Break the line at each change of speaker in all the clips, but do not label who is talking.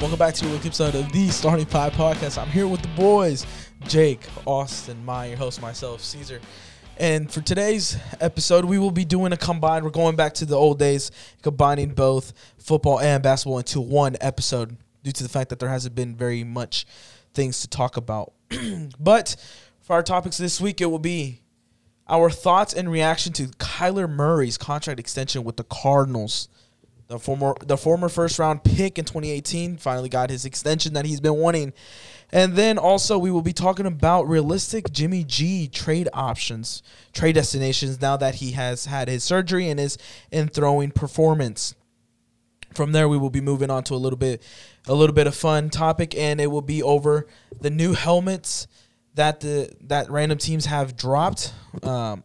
Welcome back to another episode of the Starting Pie Podcast. I'm here with the boys, Jake, Austin, my your host, myself, Caesar. And for today's episode, we will be doing a combined. We're going back to the old days, combining both football and basketball into one episode due to the fact that there hasn't been very much things to talk about. but for our topics this week, it will be our thoughts and reaction to Kyler Murray's contract extension with the Cardinals. The former the former first round pick in 2018 finally got his extension that he's been wanting. And then also we will be talking about realistic Jimmy G trade options, trade destinations now that he has had his surgery and is in throwing performance. From there we will be moving on to a little bit a little bit of fun topic and it will be over the new helmets that the that random teams have dropped. Um,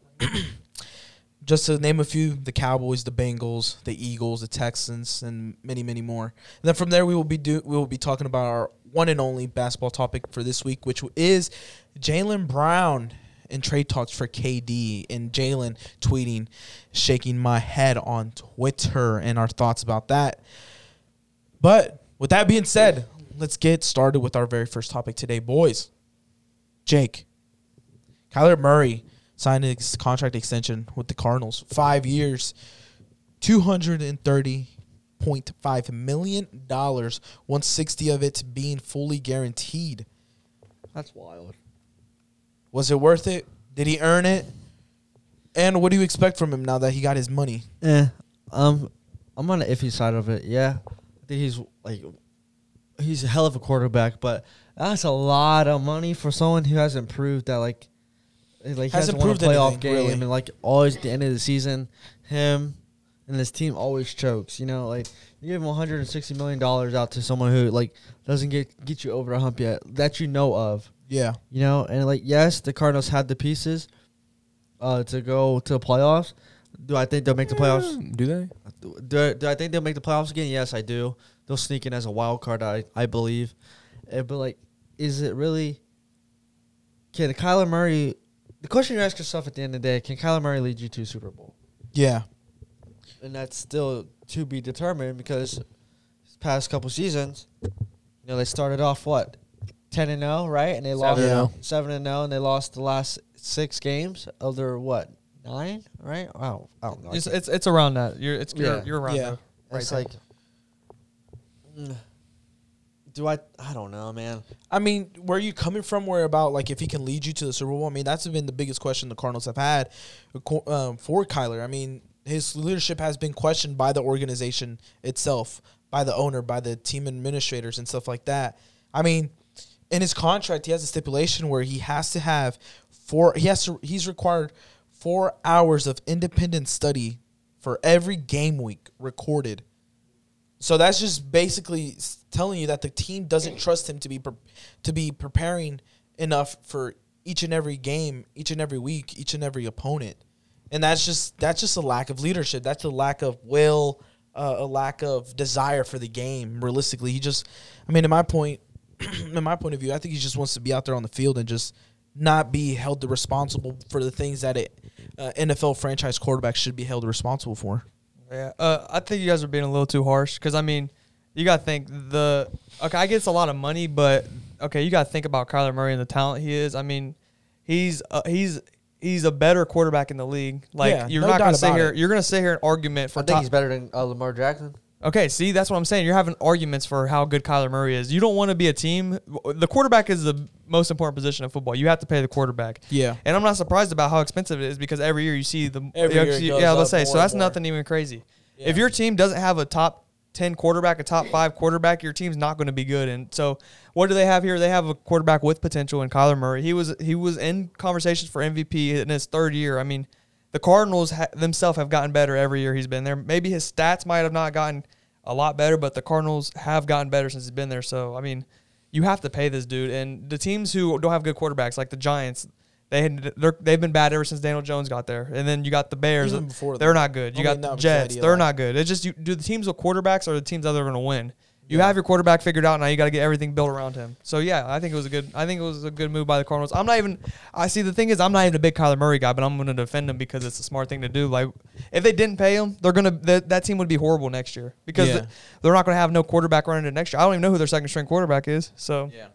just to name a few the cowboys the bengals the eagles the texans and many many more and then from there we will be do we will be talking about our one and only basketball topic for this week which is jalen brown and trade talks for kd and jalen tweeting shaking my head on twitter and our thoughts about that but with that being said let's get started with our very first topic today boys jake Kyler Murray signed his contract extension with the Cardinals, five years, two hundred and thirty point five million dollars, one sixty of it being fully guaranteed.
That's wild.
Was it worth it? Did he earn it? And what do you expect from him now that he got his money?
Eh, um, I'm on the iffy side of it. Yeah, I think he's like, he's a hell of a quarterback, but that's a lot of money for someone who hasn't proved that like, eh, like he
Hasn't
hasn't, won a
proved
playoff
anything,
game,
really.
and like always at the end of the season, him and his team always chokes. You know, like you give him 160 million dollars out to someone who like doesn't get get you over a hump yet that you know of.
Yeah,
You know, and like yes, the Cardinals had the pieces uh, to go to the playoffs. Do I think they'll make the playoffs?
Do they?
Do, do I think they'll make the playoffs again? Yes, I do. They'll sneak in as a wild card, I, I believe. Eh, but, like, is it really. Can Kyler Murray. The question you ask yourself at the end of the day can Kyler Murray lead you to a Super Bowl?
yeah,
And that's still to be determined because this past couple seasons, you know, they started off what? 10 and 0, right? And oh. they lost
7
and
7 and 0, and they lost the last six games of their what? Nine, right? Wow. I don't know. I
It's,
can't-
it's it's around that. You're it's
Yeah.
you're, you're around
Yeah.
that. Right
it's
there.
like, mm, do I? I don't know, man.
I mean, where are you coming from? Where about like if he can lead you to the Super Bowl? I mean, that's been the biggest question the Cardinals have had acco- um, for Kyler. I mean, his leadership has been questioned by the organization itself, by the owner, by the team administrators, and stuff like that. I mean, in his contract, he has a stipulation where he has to have four. He has to. He's required four hours of independent study for every game week recorded. So that's just basically s- telling you that the team doesn't trust him to be pre- to be preparing enough for each and every game, each and every week, each and every opponent. And that's just that's just a lack of leadership. That's a lack of will, uh, a lack of desire for the game. Realistically, he just, I mean, in my point, in my point of view, I think he just wants to be out there on the field and just not be held responsible for the things that it uh, NFL franchise quarterback should be held responsible for.
yeah. Uh, I think you guys are being a little too harsh because I mean, you got to think the okay. I get it's a lot of money, but okay, you got to think about Kyler Murray and the talent he is. I mean, he's uh, he's he's a better quarterback in the league. Like
Yeah,
you're
no
not
doubt
gonna sit
about
here.
it.
You're gonna sit here and argument for
I think
top-
he's better than uh, Lamar Jackson.
Okay, see, that's what I'm saying. You're having arguments for how good Kyler Murray is. You don't want to be a team. The quarterback is the most important position in football. You have to pay the quarterback.
Yeah.
And I'm not surprised about how expensive it is because every year you see the
Every year it
yeah,
goes up
let's say
more
so that's
and more.
nothing even crazy.
Yeah.
If your team doesn't have a top 10 quarterback, a top 5 quarterback, your team's not going to be good. And so what do they have here? They have a quarterback with potential in Kyler Murray. He was he was in conversations for MVP in his third year. I mean, the Cardinals ha- themselves have gotten better every year he's been there. Maybe his stats might have not gotten a lot better, but the Cardinals have gotten better since he's been there. So, I mean, you have to pay this dude. And the teams who don't have good quarterbacks, like the Giants, they had, they're, they've been bad ever since Daniel Jones got there. And then you got the Bears.
Even before
they're
that.
not good. You
I
got
mean, no, before
the
that,
Jets.
yeah,
They're
like-
not good. It's just you, do the teams with quarterbacks are the teams that are going to win. You have your quarterback figured out now. You got to get everything built around him. So yeah, I think it was a good. I think it was a good move by the Cardinals. I'm not even. I see. The thing is, I'm not even a big Kyler Murray guy, but I'm going to defend him because it's a smart thing to do. Like, if they didn't pay him, they're gonna that that team would be horrible next year because
Yeah.
they're not going to have no quarterback running into next year. I don't even know who their second string quarterback is. So
Yeah.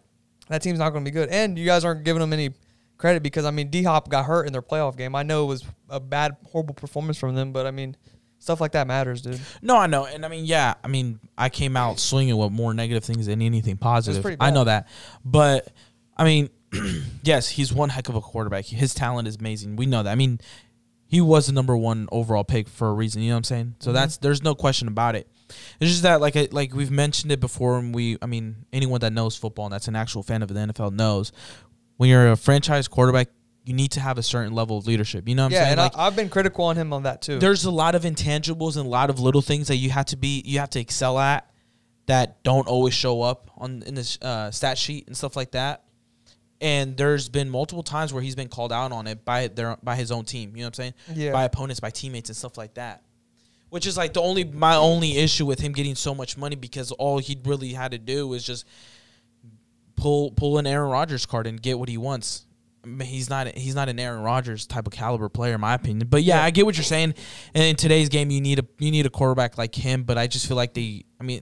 that team's not going to be good. And you guys aren't giving them any credit because I mean D Hop got hurt in their playoff game. I know it was a bad, horrible performance from them, but I mean stuff like that matters, dude.
No, I know, and I mean, yeah, I mean, I came out swinging with more negative things than anything positive.
pretty
I know
bad.
that, but I mean, yes, he's one heck of a quarterback. His talent is amazing. We know that. I mean, he was the number one overall pick for a reason. You know what I'm saying?
Mm-hmm.
So that's there's no question about it. It's just that like I, like we've mentioned it before, and we I mean anyone that knows football and that's an actual fan of the NFL knows when you're a franchise quarterback, you need to have a certain level of leadership. You know what I'm
yeah,
saying?
and
Like,
I, I've been critical on him on that too.
there's a lot of intangibles and a lot of little things that you have to be you have to excel at that don't always show up on in this uh, stat sheet and stuff like that. And there's been multiple times where he's been called out on it by their by his own team. You know what I'm saying?
Yeah.
By opponents, by teammates, and stuff like that. Which is like the only my only issue with him getting so much money because all he really had to do was just pull pull an Aaron Rodgers card and get what he wants. I mean, he's not he's not an Aaron Rodgers type of caliber player in my opinion. But yeah, I get what you're saying. And in today's game, you need a you need a quarterback like him. But I just feel like they. I mean,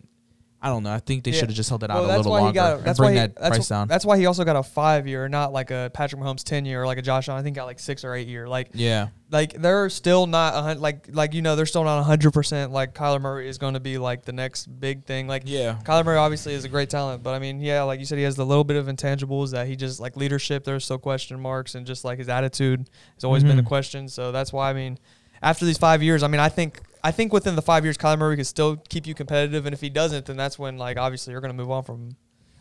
I don't know. I think they
Yeah.
should have just held it out
Well,
a little
why
longer
He got,
and
that's
bring
why he,
that
that's,
price down.
That's why he also got a five year, not like a Patrick Mahomes ten year or like a Josh Allen. I think got like six or eight year. Like
yeah,
like they're still not a hun- like like you know they're still not hundred percent. Like Kyler Murray is going to be like the next big thing. Like
Yeah.
Kyler Murray obviously is a great talent, but I mean yeah, like you said, he has the little bit of intangibles that he just like leadership. There's still question marks and just like his attitude has always been the question. So that's why I mean after these five years, I mean I think. I think within the five years, Kyler Murray can still keep you competitive, and if he doesn't, then that's when, like, obviously, you're going to move on from him.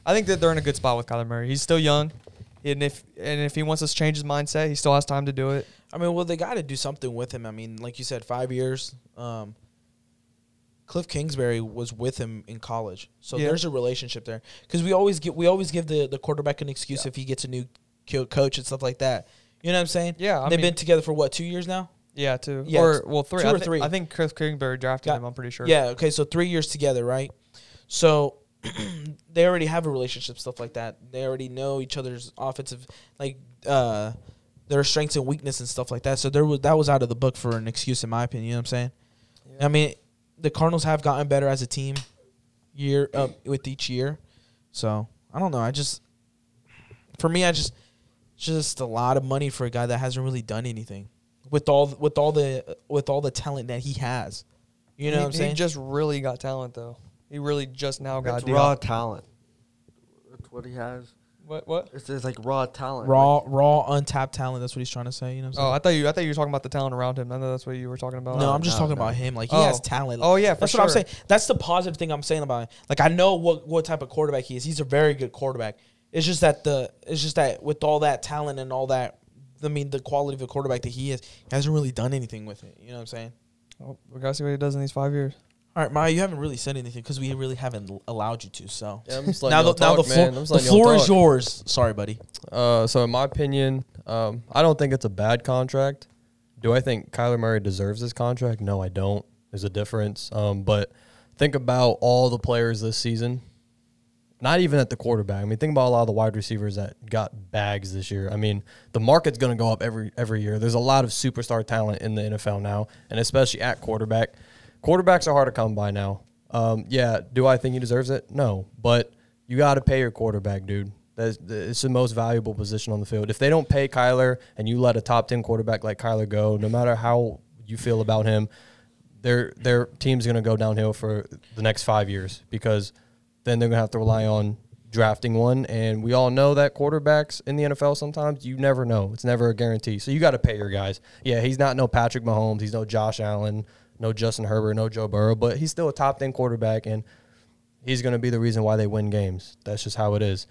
I think that they're in a good spot with Kyler Murray. He's still young, and if and if he wants to change his mindset, he still has time to do it.
I mean, well, they got to do something with him. I mean, like you said, five years. Um, Cliff Kingsbury was with him in college, so
Yeah.
there's a relationship there. Because we always get we always give the, the quarterback an excuse if he gets a new co- coach and stuff like that. You know what I'm saying?
Yeah, I
they've
mean-
been together for what two years now?
Yeah, two.
Yeah,
or
it's
well, three.
two
I
or
thi-
three.
I think Chris Kingsbury drafted
Got-
him. I'm pretty sure.
Yeah. Okay. So three years together, right? So they already have a relationship, stuff like that. They already know each other's offensive, like uh, their strengths and weakness and stuff like that. So there was that was out of the book for an excuse, in my opinion. You know what I'm saying? I mean, the Cardinals have gotten better as a team, year up with each year. So I don't know. I just, for me, I just, just a lot of money for a guy that hasn't really done anything with all with all the with all the talent that he has. You know
he,
what I'm
he
saying?
just really got talent though. He really just now got
That's
D-Hop.
raw talent. That's what he has.
What? What?
It's, it's like raw talent.
raw, raw, untapped talent. That's what he's trying to say. You know what
Oh,
I'm
I thought you. I thought you were talking about the talent around him. I know that's what you were talking about.
saying? no, I'm just
no,
talking
no.
about him. Like he
Oh.
has talent.
Oh, yeah, for
that's what I'm
sure.
saying. That's the positive thing I'm saying about him. Like I know what what type of quarterback he is. He's a very good quarterback. It's just that the it's just that with all that talent and all that, I mean, the quality of a quarterback that he is, he hasn't really done anything with it. You know what I'm saying?
Oh, we gotta see what he does in these five years.
All right, Maya, you haven't really said anything because we really haven't l- allowed you to. So
Yeah, I'm just letting
now, the,
y'all
now
talk,
the floor,
man. I'm just
the
letting y'all
floor is
talk.
yours. Sorry, buddy.
Uh, so in my opinion, um, I don't think it's a bad contract. Do I think Kyler Murray deserves this contract? No, I don't. There's a difference. Um, but think about all the players this season. Not even at the quarterback. I mean, think about a lot of the wide receivers that got bags this year. I mean, the market's going to go up every every year. There's a lot of superstar talent in the NFL now, and especially at quarterback. Quarterbacks are hard to come by now. Um, yeah, do I think he deserves it? No, but you got to pay your quarterback, dude. That's the- it's the most valuable position on the field. If they don't pay Kyler and you let a top ten quarterback like Kyler go, no matter how you feel about him, their their team's going to go downhill for the next five years because then they're going to have to rely on drafting one. And we all know that quarterbacks in the NFL sometimes you never know; it's never a guarantee. So you got to pay your guys. Yeah, he's not no Patrick Mahomes, he's no Josh Allen, no Justin Herbert, no Joe Burrow, but he's still a top ten quarterback, and he's going to be the reason why they win games. That's just how it is.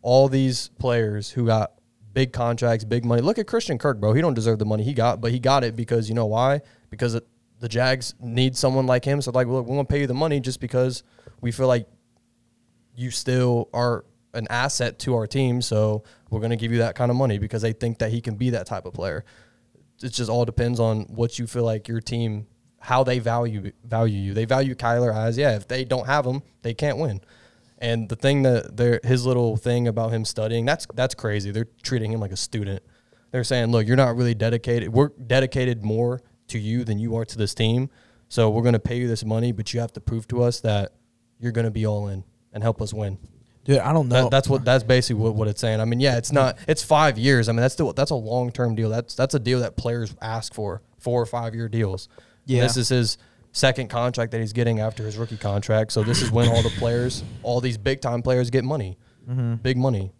All these players who got big contracts, big money. Look at Christian Kirk, bro. He don't deserve the money he got, but he got it because you know why? Because it, the Jags need someone like him. So like, look, we're going to pay you the money just because we feel like you still are an asset to our team. So we're going to give you that kind of money because they think that he can be that type of player. It just all depends on what you feel like your team, how they value value you. They value Kyler as yeah. If they don't have him, they can't win. And the thing that they're his little thing about him studying that's that's crazy. They're treating him like a student. They're saying, look, you're not really dedicated. We're dedicated more to you than you are to this team. So we're going to pay you this money, but you have to prove to us that you're going to be all in and help us win.
Dude, I don't know.
That, that's what that's basically what, what it's saying. I mean, yeah, it's not it's five years. I mean, that's still that's a long term deal. That's that's a deal that players ask for four or five year deals. And
Yeah.
this is his second contract that he's getting after his rookie contract. So this is when all the players, all these big time players, get money, big money.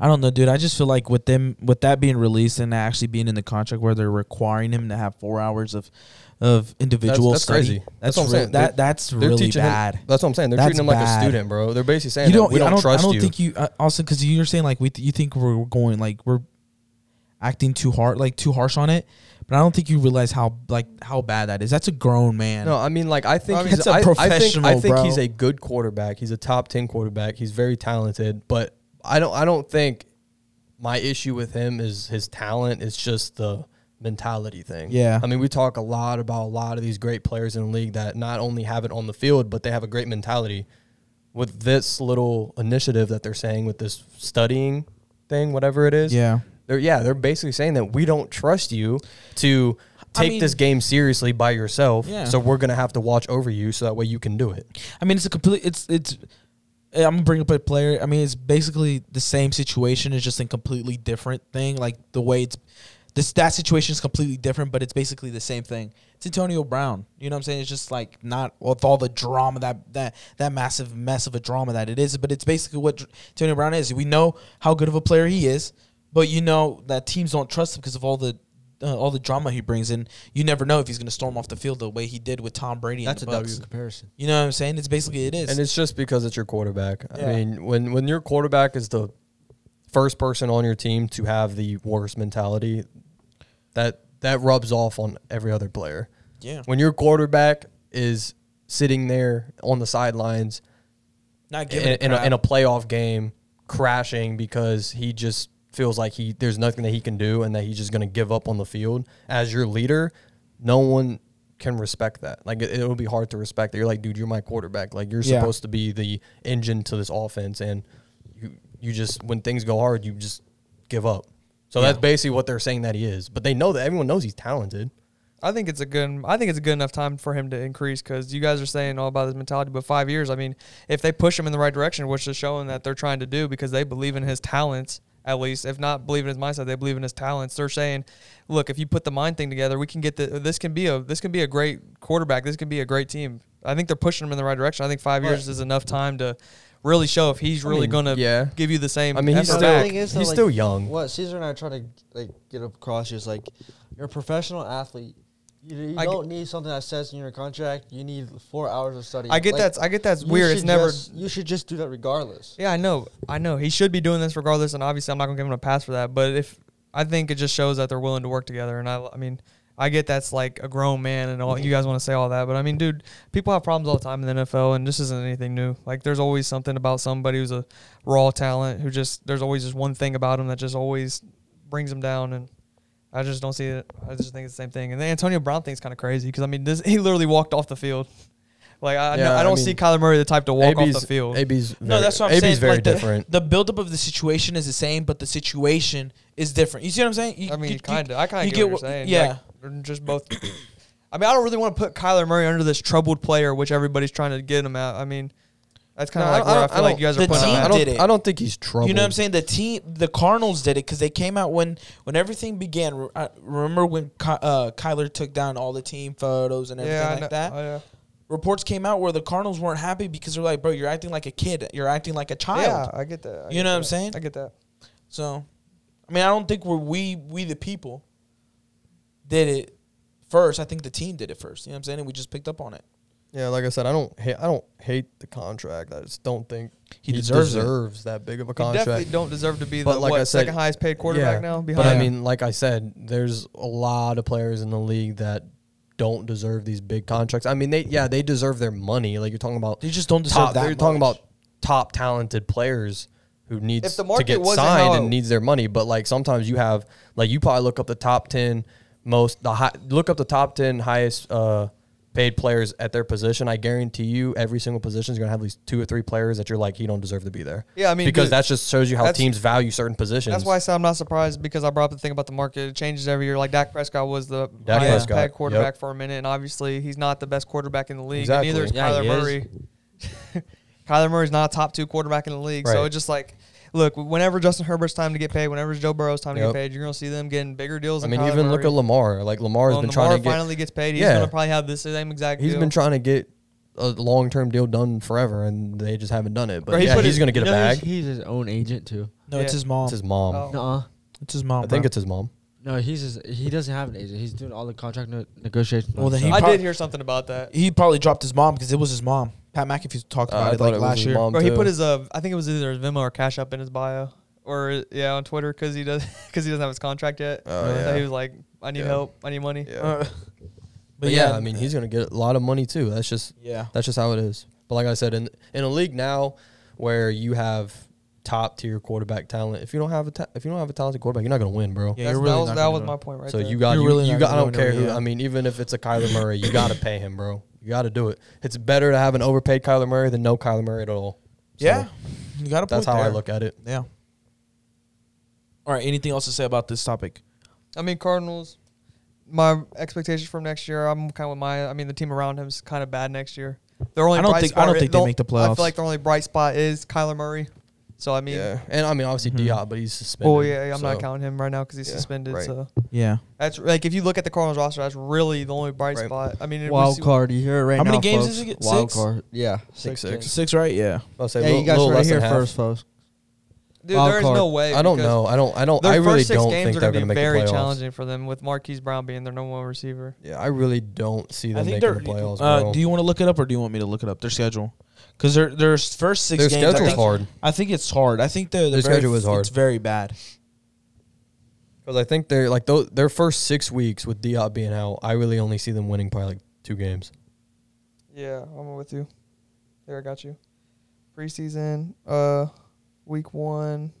I don't know, dude. I just feel like with them, with that being released and actually being in the contract where they're requiring him to have four hours of, of individual
that's
study,
crazy.
That's
That's what I'm
real-
saying.
That
They're-
that's
They're
really
teaching him-
bad.
that's what I'm saying. They're
That's
treating him like
bad.
a student, bro. They're basically saying
you don't.
that we
I
don't,
don't.
trust
I don't
you.
think you. Uh, also, because you're saying like we, th- you think we're going like we're acting too hard, like too harsh on it. But I don't think you realize how like how bad that is. That's a grown man.
No, I mean, like I think
I mean,
he's
it's a
I- I think-
professional,
I think
bro.
he's a good quarterback. He's a top ten quarterback. He's very talented, but I don't. I don't think my issue with him is his talent. It's just the mentality thing.
Yeah.
I mean, we talk a lot about a lot of these great players in the league that not only have it on the field, but they have a great mentality. With this little initiative that they're saying with this studying thing, whatever it is,
Yeah.
they're yeah, they're basically saying that we don't trust you to
I
take
mean-
this game seriously by yourself.
Yeah.
So we're gonna have to watch over you so that way you can do it.
I mean, it's a complete. It's it's. I'm gonna bring up a player. I mean, it's basically the same situation. It's just a completely different thing. Like the way it's this that situation is completely different, but it's basically the same thing. It's Antonio Brown. You know what I'm saying? It's just like not with all the drama that that that massive mess of a drama that it is. But it's basically what Dr- Antonio Brown is. We know how good of a player he is, but you know that teams don't trust him because of all the. Uh, all the drama he brings in, you never know if he's going to storm off the field the way he did with Tom Brady.
That's a
and
W
the Bucks.
comparison.
You know what I'm saying? It's basically it is.
And it's just because it's your quarterback.
Yeah.
I mean, when when your quarterback is the first person on your team to have the worst mentality, that that rubs off on every other player.
yeah,
When your quarterback is sitting there on the sidelines
not giving
in,
a
in, a,
crap.
in a playoff game crashing because he just feels like he there's nothing that he can do and that he's just going to give up on the field as your leader no one can respect that like it, it'll be hard to respect that you're like dude you're my quarterback like you're
Yeah.
supposed to be the engine to this offense and you you just when things go hard you just give up so that's basically what they're saying that he is but they know that everyone knows he's talented
I think it's a good. I think it's a good enough time for him to increase because you guys are saying all about his mentality. But five years, I mean, if they push him in the right direction, which is showing that they're trying to do because they believe in his talents. At least, if not believe in his mindset, they believe in his talents. They're saying, "Look, if you put the mind thing together, we can get the. This can be a. This can be a great quarterback. This can be a great team." I think they're pushing him in the right direction. I think five years is enough time to really show if he's really
mean,
going to
yeah.
give you the same.
I mean, he's
effort
still-
back.
thing is, though, he's like, still young.
What Caesar and I are trying to like get across is like you're a professional athlete. You, you
I
don't need something that says in your contract you need four hours of study.
I get
Like,
that's. I get that's
you
weird. It's
should
never.
just- you should just do that regardless.
Yeah, I know. I know. He should be doing this regardless, and obviously I'm not gonna give him a pass for that. But if I think it just shows that they're willing to work together, and I, I mean, I get that's like a grown man, and all you guys want to say all that, but I mean, dude, people have problems all the time in the NFL, and this isn't anything new. Like, there's always something about somebody who's a raw talent who just there's always just one thing about him that just always brings him down, and I just don't see it. I just think it's the same thing. And the Antonio Brown thing's kind of crazy because I mean, this he literally walked off the field. Like I,
Yeah,
I don't
I mean,
see Kyler Murray the type to walk off the field.
AB's
no, that's what I'm saying.
very
like
different
The, the buildup of the situation is the same, but the situation is different. You see what I'm saying? You,
I mean,
you-
kind of. I kind
you
of get,
get
what
what-
you're saying.
yeah.
Like, they're just both. I mean, I don't really want to put Kyler Murray under this troubled player, which everybody's trying to get him out. I mean, that's kind of
No, I
like where I,
don't- I
feel like
don't-
you guys
the
are putting
team
him
I
at.
did
don't,
it.
I don't think he's trouble
You know what I'm saying? The team, the Cardinals did it because they came out when when everything began. Re- I remember when Ky- uh, Kyler took down all the team photos and everything
Yeah, I
like
know.
that.
Oh, yeah.
Reports came out where the Cardinals weren't happy because they're like, "Bro, you're acting like a kid. You're acting like a
Yeah,
child."
I get that. I
You
get
know what I'm
that.
saying?
I get that.
So, I mean, I don't think we're we we the people did it first. I think the team did it first. You know what I'm saying? And we just picked up on it.
Yeah, like I said, I don't hate. I don't hate the contract. I just don't think
He deserves it.
that big of a
You definitely
contract.
don't deserve to be
But
the
like
what,
I said-
second highest paid quarterback now. Behind
but I mean, like I said, there's a lot of players in the league that don't deserve these big contracts. I mean, they yeah, they deserve their money. Like you're talking about
They just don't deserve
top.
that.
They're talking
much.
about top talented players who needs
If the
to
market
get
wasn't
signed
how
and
it-
needs their money. But like sometimes you have like you probably look up the top ten most the high, look up the top ten highest uh, paid players at their position. I guarantee you, every single position is going to have at least two or three players that you're like, he don't deserve to be there.
Yeah, I mean,
because
dude,
that just shows you how
that's-
teams value certain positions.
That's why I said I'm not surprised because I brought up the thing about the market. It changes every year. Like Dak Prescott was the
Dak
highest
Prescott,
paid quarterback
yep.
for a minute, and obviously he's not the best quarterback in the league.
Exactly.
And neither is
Yeah,
Kyler
he is.
Murray. Kyler Murray's not a top two quarterback in the league. So
Right.
it's just like, look, whenever Justin Herbert's time to get paid, whenever it's Joe Burrow's time to
Yep.
get paid, you're gonna see them getting bigger deals.
I
than
mean,
Kyler
even look
Murray.
at Lamar. Like Lamar has
When
been
Lamar
trying to get
finally gets paid. He's
Yeah.
gonna probably have this same exact.
He's
deal.
been trying to get a long term deal done forever, and they just haven't done it. But
Bro, he
yeah,
put
he's
his-
going to get a
You know he's-
bag.
He's, his own agent too.
No, it's
Yeah.
his mom.
It's his mom.
Oh.
Nuh-uh.
It's his mom.
I think
bro.
it's his mom.
No, he's his, he doesn't have an agent. He's doing all the contract no- negotiations.
Well, then he
I
prob-
did hear something about that.
he probably dropped his mom because it was his mom. Pat McAfee talked
Uh,
about
I
it
thought
like
it was
last
his
year.
mom,
Bro, he
too.
put his uh, I think it was either his Venmo or Cash App in his bio, or yeah, on Twitter because he does because he doesn't have his contract yet.
Oh,
So
yeah.
he was like, I need
Yeah.
help, I need money.
Yeah.
Uh,
But yeah, I mean, he's gonna get a lot of money too. That's just
yeah.
that's just how it is. But like I said, in in a league now where you have top tier quarterback talent, if you don't have a ta- if you don't have a talented quarterback, you're not gonna win, bro.
Yeah,
That's-
you're really
that was
not
that
gonna
was
do
my
it.
point right
so
there.
you got
You're
you,
really
you
not
got. I
gonna
don't
win,
care who.
yeah.
I mean, even if it's a Kyler Murray, you gotta pay him, bro. You gotta do it. It's better to have an overpaid Kyler Murray than no Kyler Murray at all. So
yeah. You got to
that's how I look at it.
Yeah. All right. Anything else to say about this topic?
I mean, Cardinals. My expectations from next year, I'm kind of with my. I mean, the team around him's kind of bad next year. Their only
I don't
bright
think- I
spot
don't
is-
think they
they'll-
make the
I
playoffs.
feel like the only bright spot is Kyler Murray. So I mean,
Yeah, and I mean, obviously Diop, but he's suspended.
oh yeah, I'm
so-
not counting him right now because he's
Yeah,
suspended.
right.
So
Yeah.
that's like if you look at the Cardinals roster, that's really the only bright
Right.
spot. I mean, it was-
wild card. You hear it right
How
now.
many games
folks.
is it get-
Wild
six?
card. Yeah,
Six,
games.
six.
Six, right? Yeah.
I'll say
Yeah,
little-
you guys
little
heard it
less
here
than half.
first, folks.
Dude,
Wild
there is
card.
no way.
I don't
because
know. I don't. I don't.
Their
Oh, I really
first six
don't
games
think
are
they're
going to be
going to make
very
the playoffs.
challenging for them with Marquise Brown being their number one receiver.
Yeah, I really don't see them
I think
making
they're.
the playoffs.
uh,
bro.
do you want to look it up or do you want me to look it up? Their schedule, because their their s- first six
Their
games. I
schedule's
think,
hard
I think it's hard. I think the, the
Their
very,
schedule is hard.
It's very bad.
because I think they're like those, their first six weeks with Diop being out. I really only see them winning probably like two games.
Yeah, I'm with you. There, I got you. Preseason, uh, week one.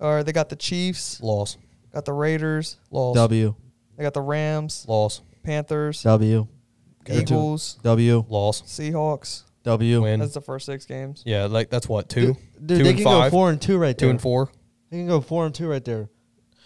Or they got the Chiefs,
Loss,
got the Raiders,
loss,
W
they got the Rams,
loss,
Panthers,
W
Eagles,
W
loss,
Seahawks.
W.
win.
That's the first six games.
yeah, like that's what two,
Dude,
Two
they
and
can
five.
go four and two right there.
two and four.
They can go four and two right there.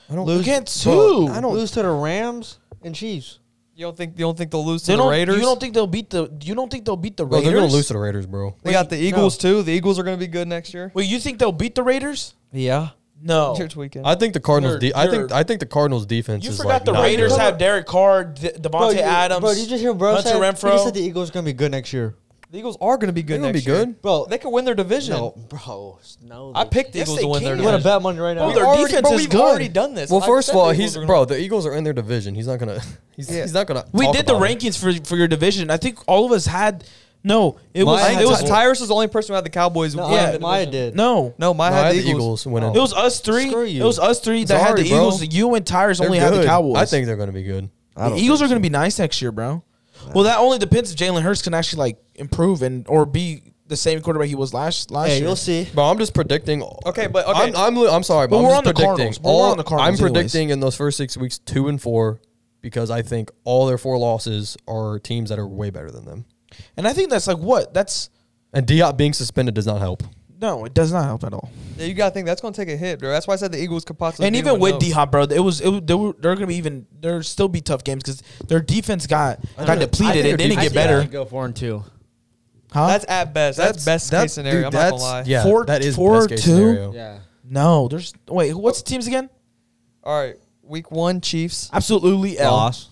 I don't.
You
Lose-
can't
Bro,
two.
I don't lose to the Rams and Chiefs.
You don't think you don't think they'll lose to
They
the
don't,
Raiders?
You don't think they'll beat the? You don't think they'll beat the
Bro,
Raiders?
they're going to lose to the Raiders, bro.
they got the
Wait,
Eagles
no.
too. The Eagles are going to be good next year.
Wait, you think they'll beat the Raiders?
Yeah.
No.
Church weekend.
I think the Cardinals.
You're-
De- I think
you're-
I think the Cardinals defense.
You
is
forgot
like
the
not
Raiders
good.
have Derek Carr, De-
Bro,
Devontae
you-
Adams.
Bro, you just hear bro
Hunter
said,
Renfro.
He said the Eagles gonna be good next year.
the Eagles are going to be
They're
good
going to
next
be
year.
good.
Bro,
They could win their division.
no, bro, no.
I
they-
picked the
Yes,
Eagles
they
to win their
can.
You want
division.
to bet money right
Bro,
now?
they're- their defense
bro,
is
we've
good.
already done this.
Well,
I
first
said
of all,
the Eagles
he's
were gonna-
bro. The Eagles are in their division. He's not gonna. He's,
Yeah.
he's not gonna.
we
talk
did the
about it.
rankings for for your division. I think all of us had. No, it was
Mine
I
it
think
was
Ty- Tyrus was the only person who had the Cowboys.
no,
winning
I-
the
Maya
division.
did.
no.
No, my
No,
had the Eagles.
winning.
It was us three.
Screw you.
It was us three that had
Sorry,
the
bro.
Eagles. You and Tyrus only
They're
had the
good.
Cowboys.
I think they're going to be good.
the Eagles are going to be nice next year, bro. Well, that only depends if Jalen Hurts can actually like improve and or be the same quarterback he was last last
Hey,
year.
you'll see.
But I'm just predicting.
Okay, but- okay.
I'm I'm, li- I'm sorry, but,
But
I'm
we're
just
on the
predicting.
Cardinals. But we're
all-
on the Cardinals
I'm
anyways.
predicting in those first six weeks two and four because I think all their four losses are teams that are way better than them.
And I think that's like what that's
And Diop being suspended does not help.
no, it does not help at all.
Yeah, you gotta think that's gonna take a hit, bro. That's why I said the Eagles could possibly.
and
be
even
one
with
of those.
D Hop, bro, it was it, was- they were, they're gonna be even there still be tough games because their defense got got depleted. It didn't
I
get
think they
better,
could Go four and two.
huh?
that's at best. That's, best
that-
case scenario. I'm
dude,
not gonna
that's-
lie.
Yeah,
Four-
that is
four,
best case
two?
scenario.
Yeah.
no, there's wait, what's the teams again?
All right. Week one, Chiefs,
Absolutely L.
Loss.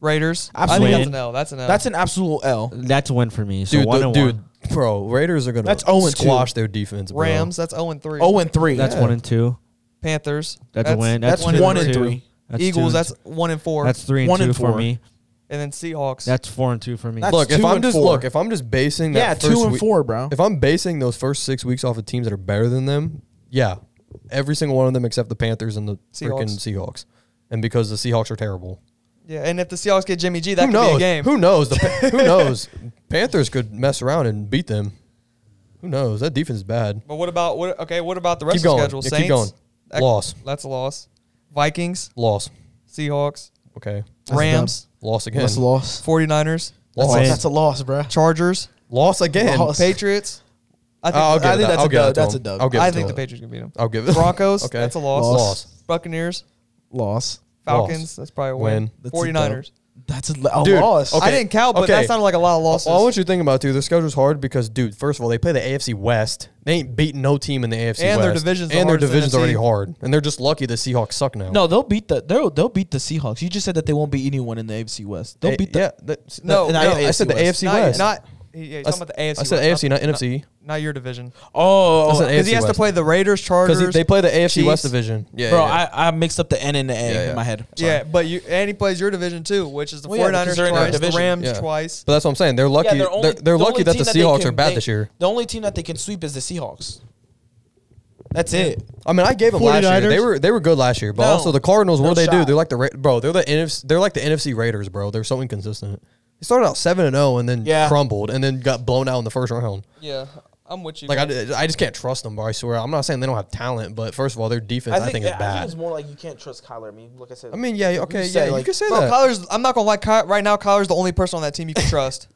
Raiders. I
Absolutely.
think that's an L. That's an L.
That's an absolute L.
That's a win for me. So
Dude,
one
the-
and
dude,
one.
bro, Raiders are going
That's 0
to
and two.
squash their defense. Bro.
Rams. That's zero and three.
Oh and three.
That's
Yeah.
one and two.
Panthers.
That's, a win.
That's,
two
one
and
and
two.
three.
That's two
Eagles.
and-
That's one and four.
that's three and
one
two
and
for
four.
me.
and then Seahawks.
That's four and two for me.
That's
Look, if
two
I'm
and
just
four.
look, if I'm just basing
Yeah,
that first
two and
week-
four, bro.
If I'm basing those first six weeks off of teams that are better than them, yeah, every single one of them except the Panthers and the freaking Seahawks, and because the Seahawks are terrible.
yeah. And if the Seahawks get Jimmy G, that
who
could
knows?
be a game.
Who knows? The, Pa- who knows? Panthers could mess around and beat them. Who knows? That defense is bad.
But what about what? Okay, what about the rest
Keep going.
of the schedule?
Yeah, keep
Saints.
going.
That-
Loss.
That's a loss. Vikings,
Loss.
Seahawks,
Okay.
That's a
Rams,
Lost again.
That's a loss.
49ers,
That's,
Loss.
a, that's a loss, bro.
Chargers,
Loss again.
Loss.
Patriots. I think,
I'll
I
give it
think
that.
that's a
I'll give
dub.
it to
That's
him.
a dub.
I'll give
I
it to
think the
him.
Patriots gonna beat them.
I'll give it.
Broncos,
Okay.
that's a loss.
Loss.
Buccaneers,
Loss.
Falcons,
Loss.
that's probably a
Win.
win.
That's a dub.
49ers.
That's a, a
Dude,
loss.
okay.
I didn't count, but
Okay.
that sounded like a lot of losses.
Well, I want you to think about too. Their schedule's hard because, dude, first of all, they play the AFC West. They ain't beating no team in the AFC West,
And their division's the
and their
hardest in
division's
the
already
NFC.
hard, and they're just lucky the Seahawks suck now.
No, they'll beat the they'll they'll beat the Seahawks. You just said that they won't beat anyone in the AFC West. They'll
Eh,
beat the
yeah. that-
No,
and
no,
I, I said the AFC
AFC
not,
West.
Not, yeah, he's
I
talking about the AFC.
I said
West,
AFC, not, NFC.
Not your division.
Oh,
That's an
Because he
AFC
has to
West.
play the Raiders,
Because
Chargers.
they play the AFC
Chiefs.
West division. Yeah,
bro,
yeah, yeah.
I, I mixed up the N and the A
Yeah, yeah.
in my head. Sorry.
yeah, but you and he plays your division too, which is the
Well, yeah, because
49ers
they're in our
twice, the
division.
Rams
Yeah.
twice.
but that's what I'm saying. They're lucky.
Yeah,
they're
only-
they're,
the
lucky
only
that
team
the
they
Seahawks
can-
are bad
they-
this year.
The only team that they can sweep is the Seahawks. That's it.
I mean, I gave them last year. They
49ers?
were they were good last year, but
No.
also the Cardinals.
No
What do they do?
shot.
They're like the Ra- bro. They're the NFC. They're like the NFC Raiders, bro. They're so inconsistent. They started out seven and zero, and then
Yeah.
crumbled, and then got blown out in the first round.
Yeah, I'm with you.
Like I, I just can't trust them, bro. I swear. I'm not saying they don't have talent, but first of all, their defense I think, is bad.
it's more like you can't trust Kyler. I mean, like I said,
I mean, yeah, okay,
said,
yeah, you
like,
can say
Bro,
that.
Kyler's. I'm not gonna lie. Ky- right now, Kyler's the only person on that team you can trust.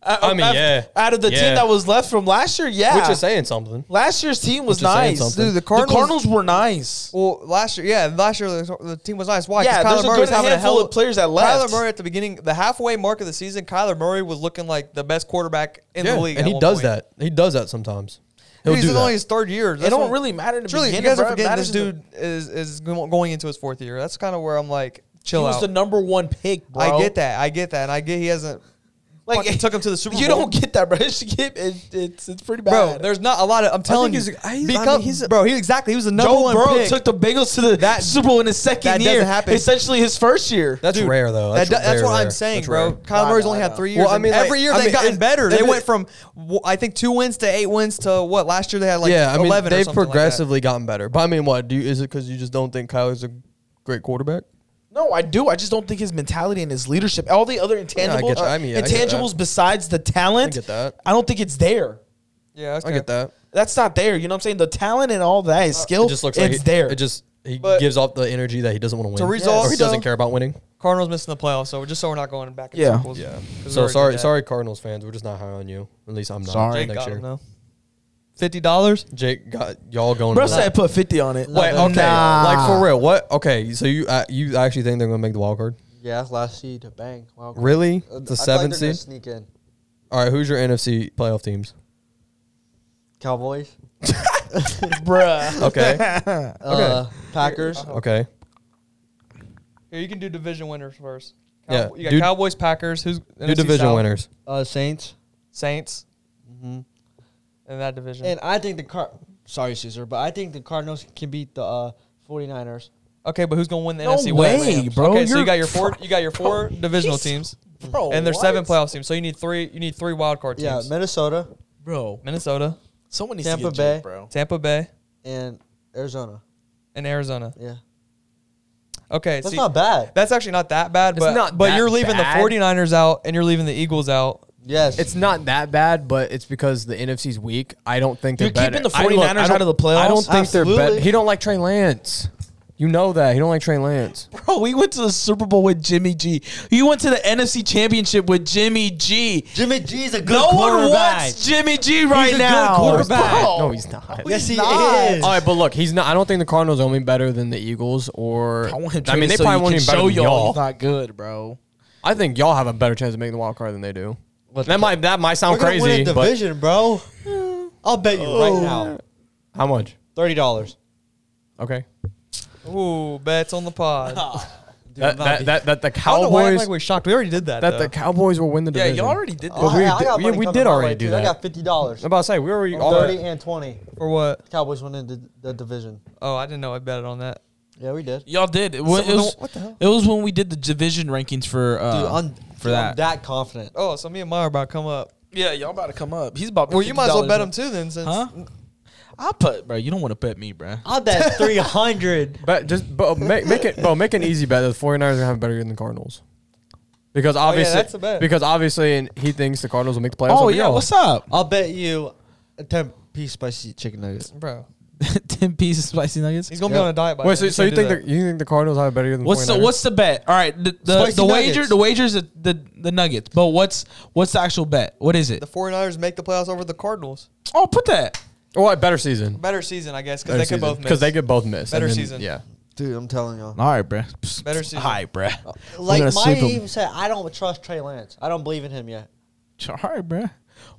I mean, yeah.
Out of the
Yeah.
team that was left from last year, yeah,
Which is saying something.
last year's team was
Which is saying
nice.
something. Dude,
the Cardinals-
were nice.
Well, last year, yeah, last year the, the team was nice. Why? 'Cause
Yeah, there's a good
was having a
handful
hell
of players that left.
Kyler Murray at the beginning, the halfway mark of the season, Kyler Murray was looking like the best quarterback in
Yeah,
the league. at
and he
one
does
point.
that. He does that sometimes. He'll
Dude, he's
do
in
that.
only his third year.
It
That's
don't
when-
really matter in the
Truly, you
beginning,
guys
bro.
are
It
forgetting
matters
this
in the-
dude is is go- going into his fourth year. That's kind of where I'm like, chill
he
out.
was the number one pick, bro.
I get that. I get that. And I get he hasn't.
Like
Fucking took him to the Super
You
Bowl.
don't get that, bro. It's, it- it's it's pretty
Bro,
bad.
there's not a lot of. I'm telling you,
he's- I- he's- I
because,
mean, he's a-
bro, he exactly. He was the number
Joe
one
Burrow
pick.
took the Bengals to the
That-
Super Bowl in his second
that doesn't
year.
happen.
Essentially his first year.
That's rare though.
That-
That's,
That's,
very
what I'm
rare.
saying,
That's
bro.
rare.
I
Kyler Murray's
know,
only
I
had
know.
three years.
Well, I
and
mean, like-
every year
I
they've
mean,
gotten
and-
better.
and
They
the-
went from, w- I think, two wins to eight wins to what last year they had like
yeah, I mean,
11 or
they've
something like that.
progressively gotten better. But I mean, what do you, is it? Because you just don't think Kyler's a great quarterback?
No, I do. I just don't think his mentality and his leadership, all the other
I
intangibles,
get that. I mean, yeah, I get that.
intangibles besides the talent,
I get that.
I don't think it's there.
Yeah, that's
I get that.
That's not there. You know what I'm saying? The talent and all that, his skill,
Uh, It just looks
it's
like he-
there.
It just he
But-
gives off the energy that he doesn't want to
To
win,
resolve-
or he
so-
doesn't care about winning.
Cardinals missing the playoffs, so just so we're not going back in
Yeah.
circles.
Yeah.
'Cause we
So
already
sorry,
did that.
sorry, Cardinals fans. We're just not high on you. At least I'm not.
Sorry.
Jake
Next
got
year.
him though. Fifty dollars.
Jake got y'all going.
Bro
to-
said "Ah." put 50 on it.
Wait,
Nah.
okay, like for real. What? Okay, so you uh, you actually think they're gonna make the wild card?
Yeah, last seed, bang. Wow.
Really?
Uh, I
The
feel like
seventh
they're gonna
seed.
Sneak in.
All right, who's your NFC playoff teams?
Cowboys.
Bruh.
Okay,
Uh, Packers.
okay.
Here, you can do division winners first.
Yeah,
Cow- you got
do-
Cowboys, Packers. Who's
New
NFC
division
South,
winners.
Uh, Saints.
Saints
Mm-hmm.
in that division.
And I think the car. Sorry, Caesar, but I think the Cardinals can beat the uh, 49ers.
okay, but who's gonna win the
No
NFC?
way,
Rams.
bro.
Okay, so
You're
you got your four.
fuck-
You got your four
bro,
divisional
he's-
teams,
Bro,
and there's
what?
seven playoff teams. So you need three. You need three wild card
Yeah,
teams.
Minnesota
Bro,
Minnesota,
someone needs
Tampa
to get Jake,
Bay.
bro.
Tampa Bay,
and Arizona.
and Arizona.
Yeah,
Okay,
that's
see,
not bad.
That's actually not that bad, but
not
but
that
you're leaving
bad.
the 49ers out and you're leaving the Eagles out.
Yes,
It's not that bad, but it's because the NFC's weak. I don't think
You're
they're
keeping
better.
the
I don't-
49ers
I don't-
out of the playoffs?
I don't think they're
Absolutely.
better. He don't like Trey Lance. You know that he don't like Trey Lance.
Bro, we went to the Super Bowl with Jimmy G. You went to the NFC Championship with Jimmy G.
Jimmy G's a good
No one
quarterback.
wants Jimmy G right
He's a good
now.
quarterback.
Bro.
No, he's not.
yes, he
not.
is.
All right, but look, he's not. I don't think the Cardinals are only better than the Eagles or.
I want him
I mean, they
so
probably won't
you
even
can
better
show
than
y'all. He's
y'all.
not good, bro.
I think y'all have a better chance of making the wild card than they do. That might that might sound
We're gonna
crazy,
win a
but
division, Oh. bro. I'll bet you right now,
how much?
thirty dollars.
Okay,
Ooh, bets on the pod.
that, that, that that the
I don't know why I'm
Cowboys
like we're shocked. We already did that.
that the
though.
Cowboys will win the
Yeah,
division.
you already did
Oh,
that.
But we did- we- we did already do
I
that.
got fifty dollars.
I'm about to say we already
Thirty
already.
and twenty.
for what?
Cowboys winning the, the division.
Oh, I didn't know I betted on that.
Yeah, we did.
Y'all did. It was,
So
it was,
the- what the hell?
it was when we did the division rankings for. Uh,
Dude, I'm,
for
dude,
that.
I'm that confident.
Oh, so me and Meyer about to come up.
yeah, y'all about to come up. He's about.
Well, you might as well
$50
bet
up.
them too then, since
Huh? I'll put, bro. You don't want to bet me, bro.
I'll bet three hundred.
But just but make, make it bro, make an easy bet that the 49ers are gonna have a better year than the Cardinals. Because
yeah,
obviously
that's a bet.
because obviously and he thinks the Cardinals will make the playoffs.
Oh
over
yeah,
y'all.
what's up?
I'll bet you a ten piece spicy chicken nuggets.
bro.
ten pieces of spicy nuggets.
He's gonna
Yeah.
be on a diet. By then.
Wait, so,
He
so
can't
you
do
think
that.
the, you think the Cardinals have it better than
What's the
49ers?
what's the bet? All right, the the,
Spicy
the wager
nuggets.
the wager's the, the the nuggets, but what's what's the actual bet? What is it?
the 49ers make the playoffs over the Cardinals?
Oh, put that.
Oh, a better season.
Better season, I guess, because
Better
they could both miss.
because they could both miss. and
Better
then-
season.
Yeah.
Dude, I'm telling y'all.
All right, bruh.
Better season.
Hi, bruh.
Like
gonna
Mike
sweep 'em.
even said, I don't trust Trey Lance. I don't believe in him yet.
All right, bruh.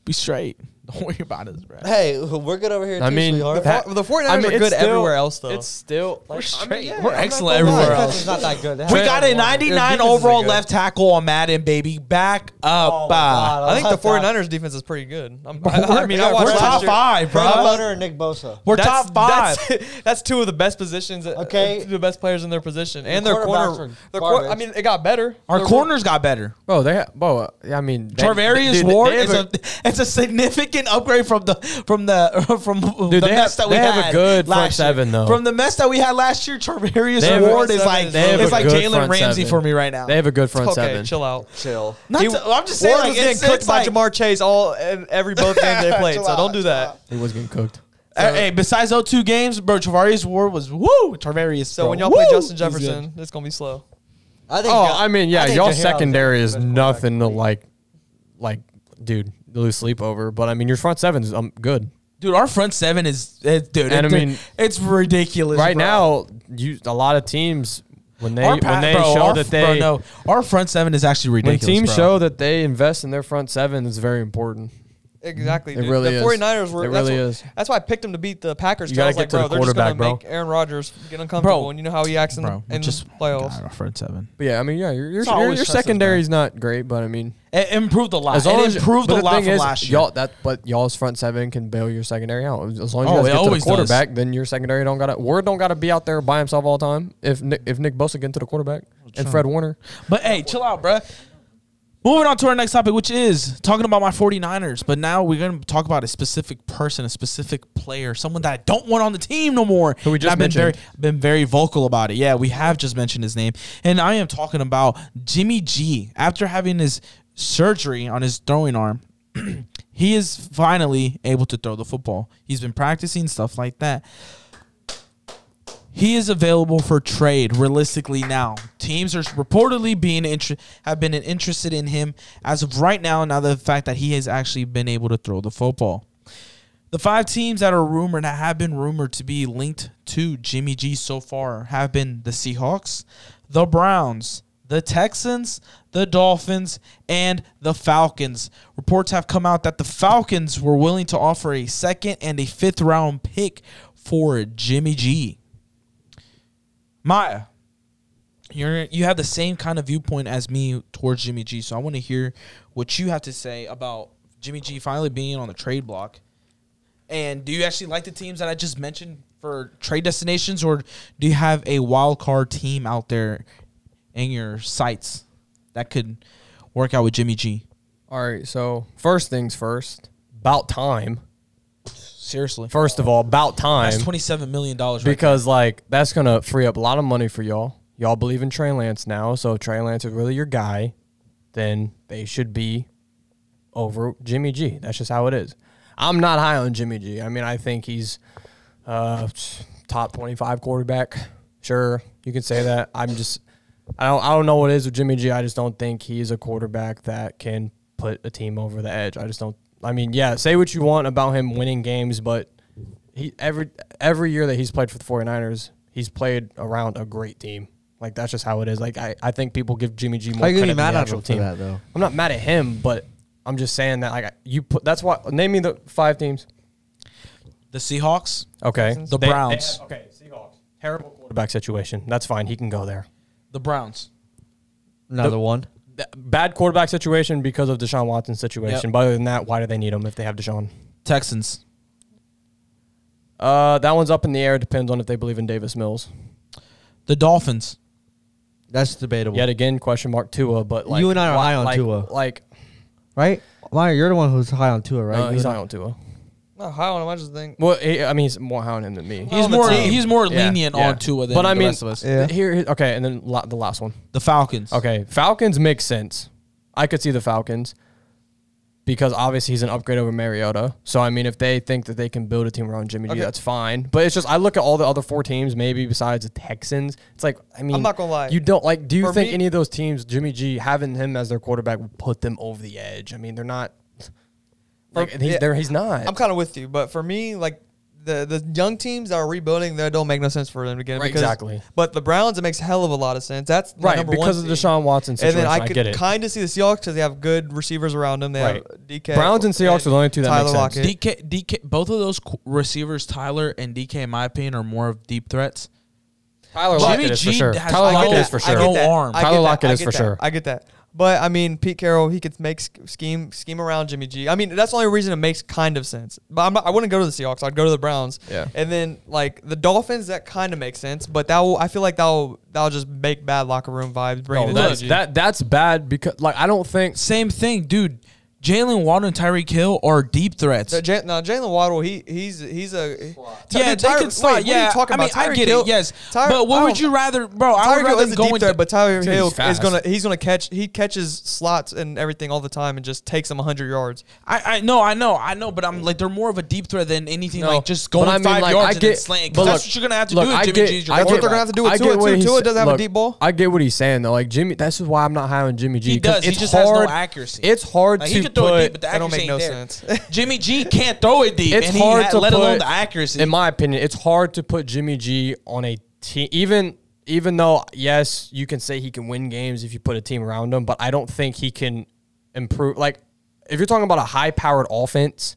Be straight. Don't worry about us, bruh.
Hey, we're good over here.
I
too,
mean,
sweetheart.
that-
the 49ers are
it's
good
still-
everywhere else, though.
It's still like,
Straight. We're excellent
Nah,
everywhere
defense
else.
is not that good. They
We
haven't
got
won
a
one.
99
Their defense
overall
is good.
left tackle on Madden, baby. Back up.
Oh my
uh,
God,
I think the
love that.
49ers defense is pretty good. I'm, I, I mean, I
we're
watched
top
last year.
five,
Brandon
bro.
Loner and Nick Bosa.
We're
That's-
top five.
That's, that's two of the best positions. uh,
Okay.
two of the best players in their position, and
The
their
quarterbacks
corner.
are
Their cor- I
garbage.
mean, it got better.
Our
Their-
corners got better.
Bro, they have, bro. uh, Yeah, I mean, they,
Tarvarius
dude, they
Ward
have
is a, it's a significant upgrade from the from the from the
they
mess that
have-
we
they have a
had
good front
last year.
seven, though.
From the mess that we had last year, Tarvarius
They have a-
Ward is like
they have
it's
a
like
good
Jalen
front
Ramsey
seven.
for me right now.
They have a good front
okay,
seven.
chill out.
Chill.
Not
He-
to, I'm just saying,
Ward
like,
was getting
it's,
cooked
it's
by
like,
Jamar Chase all and every both games they played.
Chill
So don't
out,
do
chill
that.
He was getting cooked.
Uh, hey, besides those two games, bro, Travarius Ward was woo. Tarvarius.
So
bro,
when y'all play
woo,
Justin
he's good.
Jefferson, it's gonna be slow.
I think.
Oh, I mean, yeah,
think
y'all
Jahiro's
secondary
the
is
best quarterback
nothing
in
to
the league.
like, like, dude, lose sleep over. But I mean, your front seven is um, good
dude, our front seven is it, dude.
And
it-
I mean-
it's ridiculous
right
bro.
now. You a lot of teams when they
Our
when
pa-
they
bro,
show
our-
that
bro,
they
no, our front seven is actually
when
ridiculous. bro.
teams show that they invest in their front seven is very important.
Exactly.
It
dude.
really
the
is.
49ers were
It
that's
really
what-
is.
That's why I picked them to beat the Packers.
You
'cause I
gotta
was
get
like,
to
bro,
the
they're just gonna
quarterback, bro.
make Aaron Rodgers get uncomfortable,
Bro.
and you know how he acts in,
bro,
in
just
the playoffs.
God, our front seven.
But yeah, I mean, yeah, your your,
It's
your,
always
your
trust us,
secondary is not great, but I mean,
It improved a lot.
as long
it
as
improved
but
a
the
lot
thing
from
is,
last year.
y'all that but y'all's front seven can bail your secondary out as long as
Oh,
you
it
guys get to the
always does.
quarterback. Then your secondary don't got to Ward don't got to be out there by himself all the time. If Nick, if Nick Bosa get to the quarterback and Fred Warner,
But hey, chill out, bruh. Moving on to our next topic, which is talking about my 49ers. But now we're going to talk about a specific person, a specific player, someone that I don't want on the team no more.
Who we
And
just
I've been very,
mentioned.
been very vocal about it. Yeah, we have just mentioned his name. And I am talking about Jimmy G. After having his surgery on his throwing arm, he is finally able to throw the football. He's been practicing, stuff like that. He is available for trade realistically now. Teams are reportedly being inter- have been interested in him as of right now. Now the fact that he has actually been able to throw the football, the five teams that are rumored that have been rumored to be linked to Jimmy G so far have been the Seahawks, the Browns, the Texans, the Dolphins, and the Falcons. Reports have come out that the Falcons were willing to offer a second and a fifth round pick for Jimmy G. Maya, you're you have the same kind of viewpoint as me towards Jimmy G. So I want to hear what you have to say about Jimmy G finally being on the trade block. And do you actually like the teams that I just mentioned for trade destinations, or do you have a wild card team out there in your sights that could work out with Jimmy G?
all right. So first things first, about time.
Seriously,
First of all, about time.
that's twenty-seven million dollars. Right?
because like that's gonna free up a lot of money for y'all. Y'all believe in Trey Lance now, so if Trey Lance is really your guy, then they should be over Jimmy G. That's just how it is. I'm not high on Jimmy G. I mean, I think he's uh, top 25 quarterback. Sure, you can say that. I'm just, I don't, I don't know what it is with Jimmy G. I just don't think he's a quarterback that can put a team over the edge. I just don't. I mean, yeah, say what you want about him winning games, but he every every year that he's played for the 49ers, he's played around a great team. Like that's just how it is. Like I, I think people give Jimmy G more
How you gonna be
credit than the
mad at
actual
him for
team.
that though?
I'm not mad at him, but I'm just saying that like you put that's why name me the five teams.
The Seahawks,
Okay.
The Browns.
have- okay, Seahawks. Terrible quarterback situation. That's fine. He can go there.
the Browns,
Another
The-
one.
Th- Bad quarterback situation because of Deshaun Watson's situation.
Yep.
But other than that, why do they need him if they have Deshaun?
Texans,
Uh, that one's up in the air. Depends on if they believe in Davis Mills.
the Dolphins,
That's debatable.
Yet again, question mark Tua. But like
You and I are
why-
high on
like-
Tua.
Like
right? Meyer, you're the one who's high on Tua, right?
no,
You
he's
and
high on Tua.
Not high on him. I just think
Well, he, I mean, he's more high on him than me.
He's
on the
more
team.
he's more
Yeah,
lenient
yeah.
on Tua than
But I
the
mean-
rest of us.
Yeah.
Here, here- okay, and then la- the last one.
The Falcons.
Okay, Falcons makes sense. I could see the Falcons because obviously he's an upgrade over Mariota. So I mean, if they think that they can build a team around Jimmy G,
Okay.
that's fine. But it's just I look at all the other four teams, maybe besides the Texans. It's like I mean,
I'm not gonna lie.
You don't like? Do you
For
think
me-
any of those teams, Jimmy G, having him as their quarterback, would put them over the edge? I mean, they're not.
For-
Like, he's,
yeah.
there, he's not.
I'm kind of with you, but for me, like the the young teams that are rebuilding, that don't make no sense for them to get in
Right,
because-
exactly.
But the Browns, it makes a hell of a lot of sense. That's my
right
number one
because of
seed.
Deshaun Watson
And
situation.
then I
I, get
could
it.
kind of see the Seahawks because they have good receivers around them. They
Right.
have DK.
Browns and Seahawks are the only two that make
Tyler
sense.
Lockett.
DK, DK, both of those qu- receivers, Tyler and DK, in my opinion, are more of deep threats.
Tyler Lockett is for sure.
has
Tyler
no-
Lockett
I
Oh, is for
get
sure.
that.
that.
No arm.
I
Tyler
get that.
Lockett
I
is
get
for
that.
sure.
I get that. But I mean, Pete Carroll, he could make sch- scheme scheme around Jimmy G. I mean, that's the only reason it makes kind of sense. But I'm not, I wouldn't go to the Seahawks. I'd go to the Browns.
Yeah.
And then like the Dolphins, that kind of makes sense. But that will, I feel like that'll that'll just make bad locker room vibes. Bring
Oh,
No,
it
that's,
to Jimmy G.
that that's bad because like I don't think
Same thing, dude. Jalen Waddle and Tyreek Hill are deep threats.
No, Jan- no, Jalen Waddle, he he's he's a
yeah,
Dude,
they
Tyre-
could
wait,
slide.
what are you
yeah,
talking
I mean,
about?
I
Tyreek
get
Hill-
it. Yes,
Tyre- Oh.
but
I
what would
don't-
you rather, bro? I would
Tyreek Hill
rather
is a
than
deep
go
threat, but Tyreek
Dude, he's
Hill is
fast.
gonna he's gonna catch he catches slots and everything all the time and just takes them hundred yards.
I, I know, I know, I know, but I'm like they're more of a deep threat than anything
No,
like just
but
going
I mean,
five
like,
yards
I
and then
get-
slaying. 'cause
but
that's
look-
what you're gonna have to
look,
do. If
I
Jimmy
get-
G's your
I get-
That's what
quarterback.
they're gonna have to do
I
with Tua.
get what
Tua,
he
Tua
said.
does have a
Look,
deep ball.
I get what he's saying though. Like Jimmy, this is why I'm not high on Jimmy G.
He
'cause
does. He
it's
just has no
hard,
accuracy.
It's hard
Like,
to
he could throw
put,
it deep, but the
that don't
accuracy
make
ain't
no
there. Jimmy G can't throw it deep,
It's
and
hard
he had,
to
let alone
put-
the accuracy.
in my opinion, it's hard to put Jimmy G on a team. Even even though yes, you can say he can win games if you put a team around him, but I don't think he can improve. Like if you're talking about a high powered offense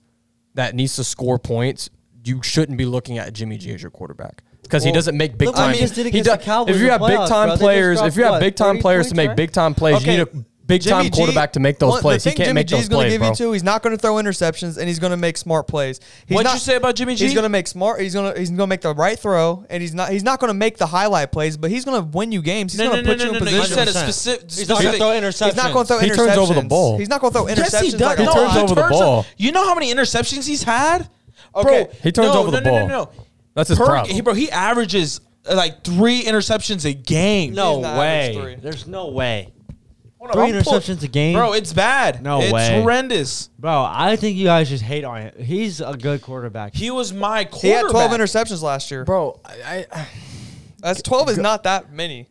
that needs to score points, you shouldn't be looking at Jimmy G as your quarterback. Because he
Well,
doesn't make big
look what
time.
he just did
He
against
does-
the Cowboys
if
in
you have
the
big
playoffs,
time
bro. They just
players, if
dropped,
you have
what,
big time
30
players to
points,
make
right?
big time plays, you need a big time
Jimmy G-
quarterback to make those
one-
plays.
The
He
thing
can't
Jimmy
make
G's
those
gonna
plays,
give
bro.
you two. He's not going to throw interceptions, and he's going to make smart plays. He's
What'd
not-
you say about Jimmy G?
He's going to make smart. He's going to he's going to make the right throw, and he's not he's not going to make the highlight plays, but he's going to win you games. He's
no, no,
going to
no,
put
no,
you
no,
in
no. You
position.
said a
100%.
specific.
He's not going to
specific-
throw interceptions.
He's not going to throw
He
interceptions.
turns over the ball.
He's not going to throw interceptions.
Yes, he does.
like a
He
No,
turns
he
over the
turns
ball.
o- You know how many interceptions he's had? Bro,
Okay.
He turns
no,
over the
no, No,
ball.
no, no.
That's his
Per-
problem.
He, bro, he averages uh, like three interceptions a game.
No
He's not
way.
average three.
There's no way.
Hold on,
Three
I'm pull-
interceptions a game?
Bro, it's bad.
No
it's
way.
horrendous.
Bro, I think you guys just hate on him. He's a good quarterback.
He was my quarterback.
He had 12 interceptions last year.
bro, I, I
That's 12 is not that many.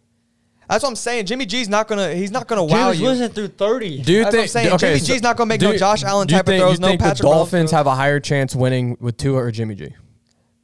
That's what I'm saying. Jimmy G's not going to he's not going to
He
wow
was
you.
losing through 30.
Do you
That's what
think
I'm saying.
okay,
Jimmy G's not gonna make
do
no
you-
Josh Allen
do you
type of
think-
throws,
You
no
think the
Patrick Mahomes
Dolphins
throws.
have a higher chance winning with Tua or Jimmy G?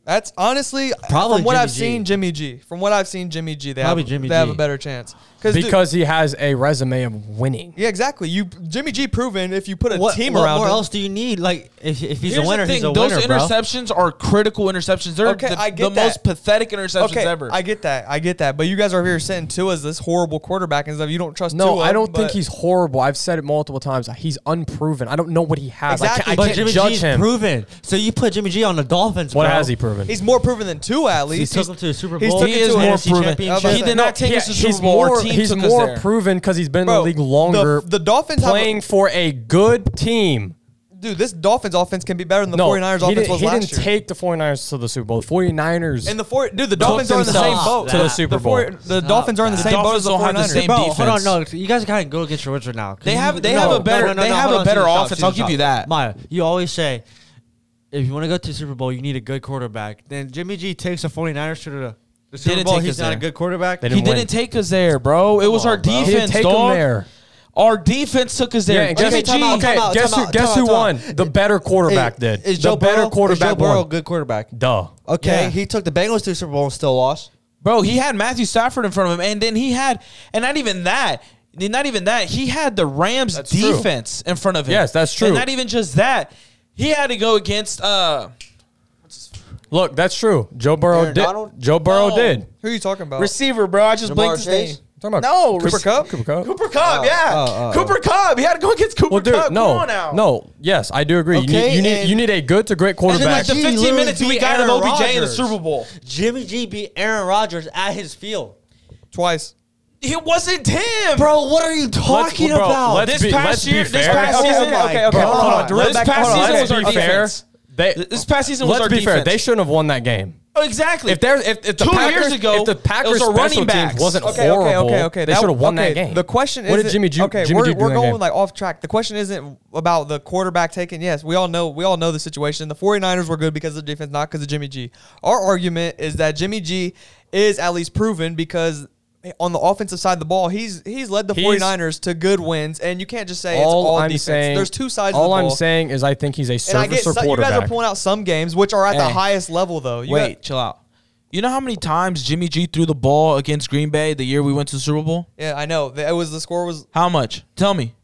That's honestly
Probably
from what
Jimmy
I've
G.
seen Jimmy G. From what I've seen Jimmy G, they
Probably
have
Jimmy
they have
G.
a better chance. dude-
Because he has a resume of winning.
yeah, exactly. You Jimmy G proven if you put a
What,
team
what
around
more
him.
else do you need? Like, if, if he's
Here's
a winner,
the thing.
he's a
Those
winner, bro.
interceptions are critical interceptions. They're
Okay,
the,
I get
the
that.
most pathetic interceptions
okay,
ever.
I get that. I get that. But you guys are over here saying Tua's this horrible quarterback and stuff. You don't trust
No,
Tua.
I don't think
but-
he's horrible. I've said it multiple times. He's unproven. I don't know what he has.
Exactly,
I can't, I
But
can't
Jimmy
judge
G's
him.
proven. So you put Jimmy G on the Dolphins,
What
bro.
has he proven?
He's more proven than Tua at
He
least.
took
He's-
him to a Super
he's
Bowl.
took
he
it
is
to a
more
NFC
proven.
championship.
He did
No,
not take
Yeah,
us to the
he's
Super Bowl. Our
more,
team
he's
took us
more
there.
proven because he's been
Bro,
in the league longer,
The, the Dolphins have a-
playing for a good team.
dude, this Dolphins offense can be better than the
no,
49ers
he
offense
didn't,
was
he
last
didn't
year.
take the 49ers to the Super Bowl. The 49ers.
and the four, dude, the
Took
Dolphins are in the same
themselves
boat
to the Super Bowl.
four- the
Stop
Dolphins are in the
that.
same
The
boat as the
Dolphins don't have
49ers.
the same
Bro, hold on,
defense.
no, you guys gotta go get your words right now. 'cause
They
you-
have- they have a better- they have
hold
a
on,
better
Steven, stop,
offense,
Steven,
I'll give
stop.
you that.
Maya, you always say if you want to go to the Super Bowl, you need a good quarterback. Then Jimmy G takes the 49ers to the, the Super
Didn't
Bowl.
take
He's
us
not a
there.
good quarterback.
They
he
didn't win.
didn't take us there, bro. It was
on,
our
bro. He
defense,
he didn't take
dog.
him there.
Our defense took us
Yeah,
there.
and
Jimmy
guess,
G.
time out,
okay,
time out,
guess
time
who,
out,
guess
time
who
out, time
won? The better quarterback did.
Is
the
Joe
better
Burrow,
quarterback
is Joe Burrow a
won.
good quarterback?
Duh.
Okay,
Yeah.
he took the Bengals to the Super Bowl and still lost.
Bro, he had Matthew Stafford in front of him, and then he had, and not even that, not even that, he had the Rams
true.
defense in front of him.
Yes, that's true.
And not even just that, he had to go against. uh
Look, that's true. Joe Burrow
Aaron
did.
Donald?
Joe Burrow
No.
did. I'm
Who are you talking about?
receiver, bro. I just
Jamar
blinked his
Chase?
name.
talking about
No,
Cooper
rec-
Cup?
Cooper Cup.
Cooper Cup, yeah.
oh, oh.
Cooper Cup. He had to go against Cooper
Well, dude,
Cup. Come
no,
on now.
no. Yes, I do agree.
Okay,
you need, you
and-
need, you need a good to great
And then,
quarterback.
like, the
He
15
literally
minutes we
beat
got of
Aaron
OBJ in the
Rodgers.
Super Bowl,
Jimmy G beat Aaron Rodgers at his field.
Twice.
it wasn't him.
Bro, what are you
Let's-
talking
bro,
about?
let's
This
be-
past
let's be
year- this
fair.
past
Okay,
season-
okay, okay, okay,
hold on.
Direct
This
back-
past
hold on,
season
let's
was our
be fair.
defense.
They,
This past season was
let's
our
be fair.
defense.
They shouldn't have won that game.
Exactly.
If there's if, if the
Two
Packers,
years ago,
if the
it was
Packers
a
special
running
teams
backs.
wasn't
Okay,
horrible,
okay, okay, okay.
they
That-
should have won
okay,
that game.
The question is,
What did Jimmy Ju-
Okay,
Jimmy
we're,
Ju do
we're
in that
going
game?
like off track. The question isn't about the quarterback taking. Yes, we all know we all know the situation. The 49ers were good because of the defense, not because of Jimmy G. Our argument is that Jimmy G is at least proven because on the offensive side of the ball, he's he's led the
He's-
49ers to good wins, and you can't just say it's
all,
all
I'm
defense.
saying,
There's two sides.
All
of the
I'm
ball.
saying is I think he's a
and I get
service
so-
or
you guys are
quarterback. Eh.
pulling out some games which are at the
Hey.
highest level though. You
Wait,
got-
chill out. You know how many times Jimmy G threw the ball against Green Bay the year we went to the Super Bowl?
yeah, I know. It was the score was
How much? Tell me.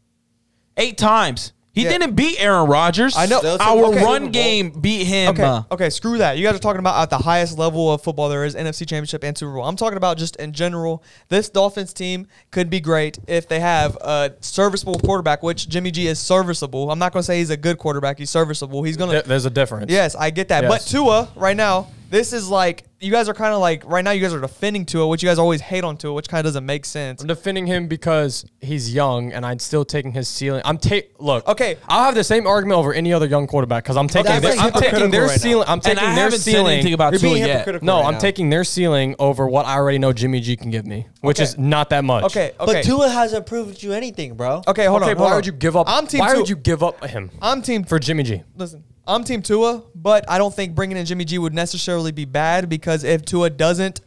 Eight times. He
Yeah.
didn't beat Aaron Rodgers.
I know. Still took
Our
the Super
run
Bowl.
game beat him.
Okay,
Uh,
okay, screw that. You guys are talking about at the highest level of football there is NFC Championship and Super Bowl. I'm talking about just in general. This Dolphins team could be great if they have a serviceable quarterback, which Jimmy G is serviceable. I'm not going to say he's a good quarterback. He's serviceable. He's going
There-
to.
There's a difference.
Yes, I get that. But
Yes.
Tua, right now, this is like you guys are kind of like right now. You guys are defending Tua, which you guys always hate on Tua, which kind of doesn't make sense.
I'm defending him because he's young, and I'm still taking his ceiling. I'm take look.
Okay.
I'll have the same argument over any other young quarterback because I'm taking
That's
their,
like
I'm taking
hypocritical
their
right now.
ceiling. I'm
And
taking
I
their
haven't said
ceiling.
anything about
You're being
Tua yet.
hypocritical
no,
right
I'm
now.
taking their ceiling over what I already know Jimmy G can give me, which is
Okay.
not that much.
Okay, okay,
But Tua hasn't proven you anything, bro.
okay. Hold
okay,
on. hold
but why
on.
would you give up?
I'm team
why
Tua.
would you give up him
I'm team
for Jimmy G?
Listen, I'm Team Tua, but I don't think bringing in Jimmy G would necessarily be bad because if Tua doesn't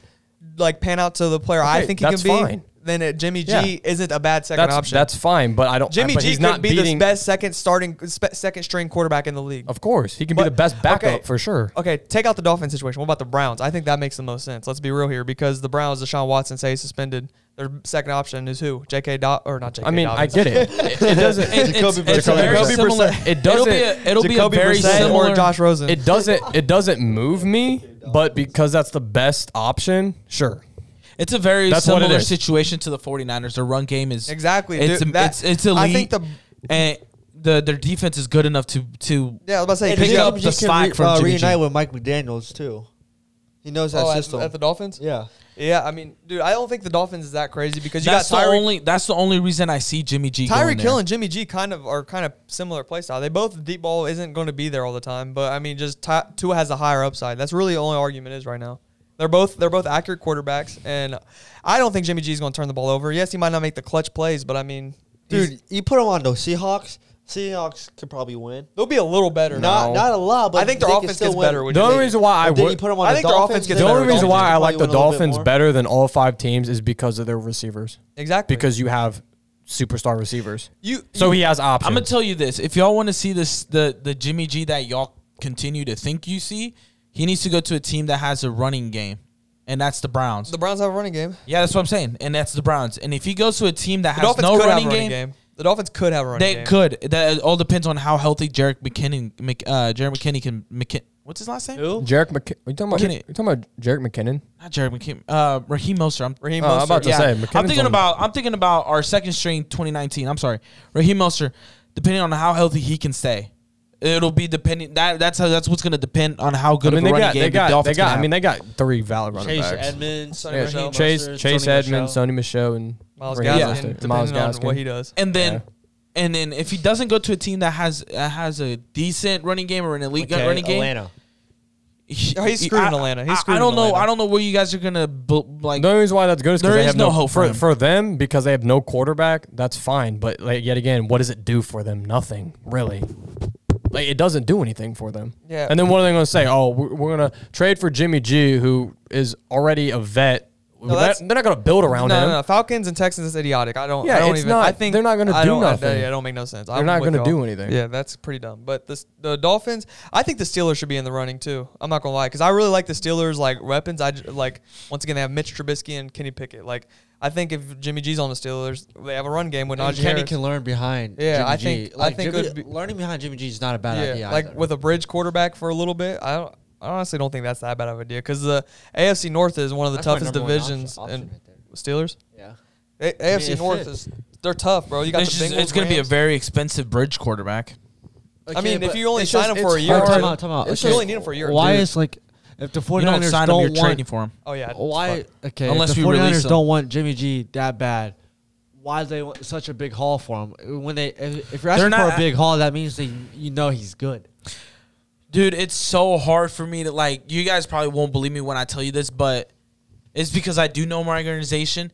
like pan out to the player I
Okay,
think he
that's
can be,
fine.
then it, Jimmy G
Yeah.
isn't a bad second
That's
option.
that's fine, but I don't.
Jimmy
but
G
he's
could
not
be
beating.
the best second starting spe- second string quarterback in the league.
Of course, he can
But-
be the best backup
okay.
for sure.
Okay, take out the Dolphins situation. What about the Browns? I think that makes the most sense. Let's be real here because the Browns, Deshaun Watson, say he's suspended. Their second option is who? J.K. Dot or not J.K.
I mean, I
Dobbins.
get it. It, it doesn't.
It- it's,
Jacoby
it's a
Brissett.
very
Jacoby
similar.
Brissett. It doesn't.
It'll be a, it'll
Jacoby
be a very
Brissett
similar.
or Josh Rosen.
it doesn't it doesn't move me but because that's the best option sure
It's a very
That's what it
similar
is.
situation to the 49ers. Their run game is
Exactly,
It's
dude, that-
it's, it's
I
elite.
think the-
and the their defense is good enough to to
yeah, I was about to say
And pick
Jimmy-
up the slack from Jimmy G.
uh, reunite with Mike McDaniel's too. He knows that
Oh, at,
system.
at the Dolphins.
yeah.
Yeah, I mean, dude, I don't think the Dolphins is that crazy because you
that's
got
the
Tyreek
only that's the only reason I see Jimmy G.
Tyree
going there.
Kill and Jimmy G kind of are kind of similar play style. They both deep ball isn't going to be there all the time, but I mean, just Ty- Tua has a higher upside. That's really the only argument is right now. They're both they're both accurate quarterbacks, and I don't think Jimmy G is going to turn the ball over. Yes, he might not make the clutch plays, but I mean, dude,
Dude, you put him on those Seahawks. Seahawks could probably win.
they'll be a little better.
Not not a lot, but
I think their
they could
offense
still
gets
win.
better. Would
the
you
only
think?
reason why i
But then you
would
put him on
I
the
think their
Dolphins.
offense gets
the
then
only
the
reason
Dolphins
why
could
I
probably
like the
win a little bit
Dolphins
more.
better than all five teams is because of their receivers.
exactly
Because you have superstar receivers.
you.
So he has options.
I'm gonna tell you this: if y'all want to see this, the the Jimmy G that y'all continue to think you see, he needs to go to a team that has a running game, and that's the Browns.
the Browns have a running game.
yeah, that's what I'm saying, and that's the Browns. And if he goes to a team that has
The Dolphins
no
could
running,
have a running
game,
game. The Dolphins could have a running
they
game.
could. That all depends on how healthy Jarek McKinnon, Mc, uh, Jared McKinney can. McKin, what's his last name?
Jarek McKinnon. You talking about?
McKinnon.
You talking about Jarek McKinnon?
Not Jared McKinnon. Uh, Raheem Mostert. I'm,
Raheem
Oh, I'm
Mostert.
about to
yeah.
say,
I'm
McKinnon's
thinking
on-
about. I'm thinking about our second string 2019. I'm sorry, Raheem Mostert. Depending on how healthy he can stay, it'll be depending. That that's how that's what's going to depend on how
I
good
mean,
of
they
a running
got.
game
They
the
got. They
Dolphins
got.
can
I mean,
have.
they got three valid running
Chase
backs.
Edmonds, Sonny
Yeah,
Michelle,
Chase,
Mostert,
Chase
Sony
Edmonds,
Michelle.
Sony Michelle, and
Miles
Raheem
Gaskin,
Mostert.
Gaskin, depending
Miles
on
Gaskin.
what he does.
and then.
Yeah.
And then if he doesn't go to a team that has uh, has a decent running game or an elite
Okay,
running game,
Atlanta.
he-
Oh, he's screwed in
I-
Atlanta. He's
I-
screwed
I
in
don't know.
Atlanta.
I don't know where you guys are gonna bu- like.
The only reason why that's good is because
There
they
is
have
no hope for
for,
him.
for them because they have no quarterback. That's fine, but like yet again, what does it do for them? Nothing really. Like it doesn't do anything for them.
Yeah.
And then what are they going to say? Oh, we're, we're going to trade for Jimmy G, who is already a vet. They're not-
that's-
they're not going to build around
no,
him.
No, no, Falcons and Texans is idiotic. I don't.
Yeah,
I don't
it's
even,
not-
I think
they're not gonna
I
do
don't- I-
nothing.
yeah, I don't make no sense.
They're not
going to
gonna do anything.
Yeah, that's pretty dumb. But this, the Dolphins, I think the Steelers should be in the running too. I'm not gonna lie, because I really like the Steelers like weapons. I j- like once again they have Mitch Trubisky and Kenny Pickett. Like I think if Jimmy G's on the Steelers, they have a run game with
And
Najee
Kenny
Harris.
can learn behind.
Yeah,
Jimmy
I
G.
think- I
Like,
think it
Jimmy-
would be-
learning behind Jimmy G is not a bad
yeah,
idea.
like
either.
with a bridge quarterback for a little bit. I don't. I honestly don't think that's that bad of an idea because the AFC North is one of the
That's my
toughest
number one option-
divisions.
option
and
right there.
Steelers,
yeah.
A- AFC
it
North
fits.
is they're tough, bro. You got
it's
the
just-
Bengals,
it's going to be a
Rams.
very expensive bridge quarterback.
I mean, if
but
you only
it's
sign
just-
him for a
it's
year,
hard-
it's
time
just-
out, time out.
it's
It's
just- You
just-
only need him for a year,
Why
dude.
is like if the
You
49ers
don't sign him.
don't
You're
want
trading for him.
Oh yeah.
why okay
Unless
unless
we
the
release
49ers
him.
don't want Jimmy G that bad. Why do they want such a big haul for him? When they if, if you're
They're
asking
not-
for a big haul, that means that you know he's good.
Dude, it's so hard for me to like. You guys probably won't believe me when I tell you this, but it's because I do know my organization.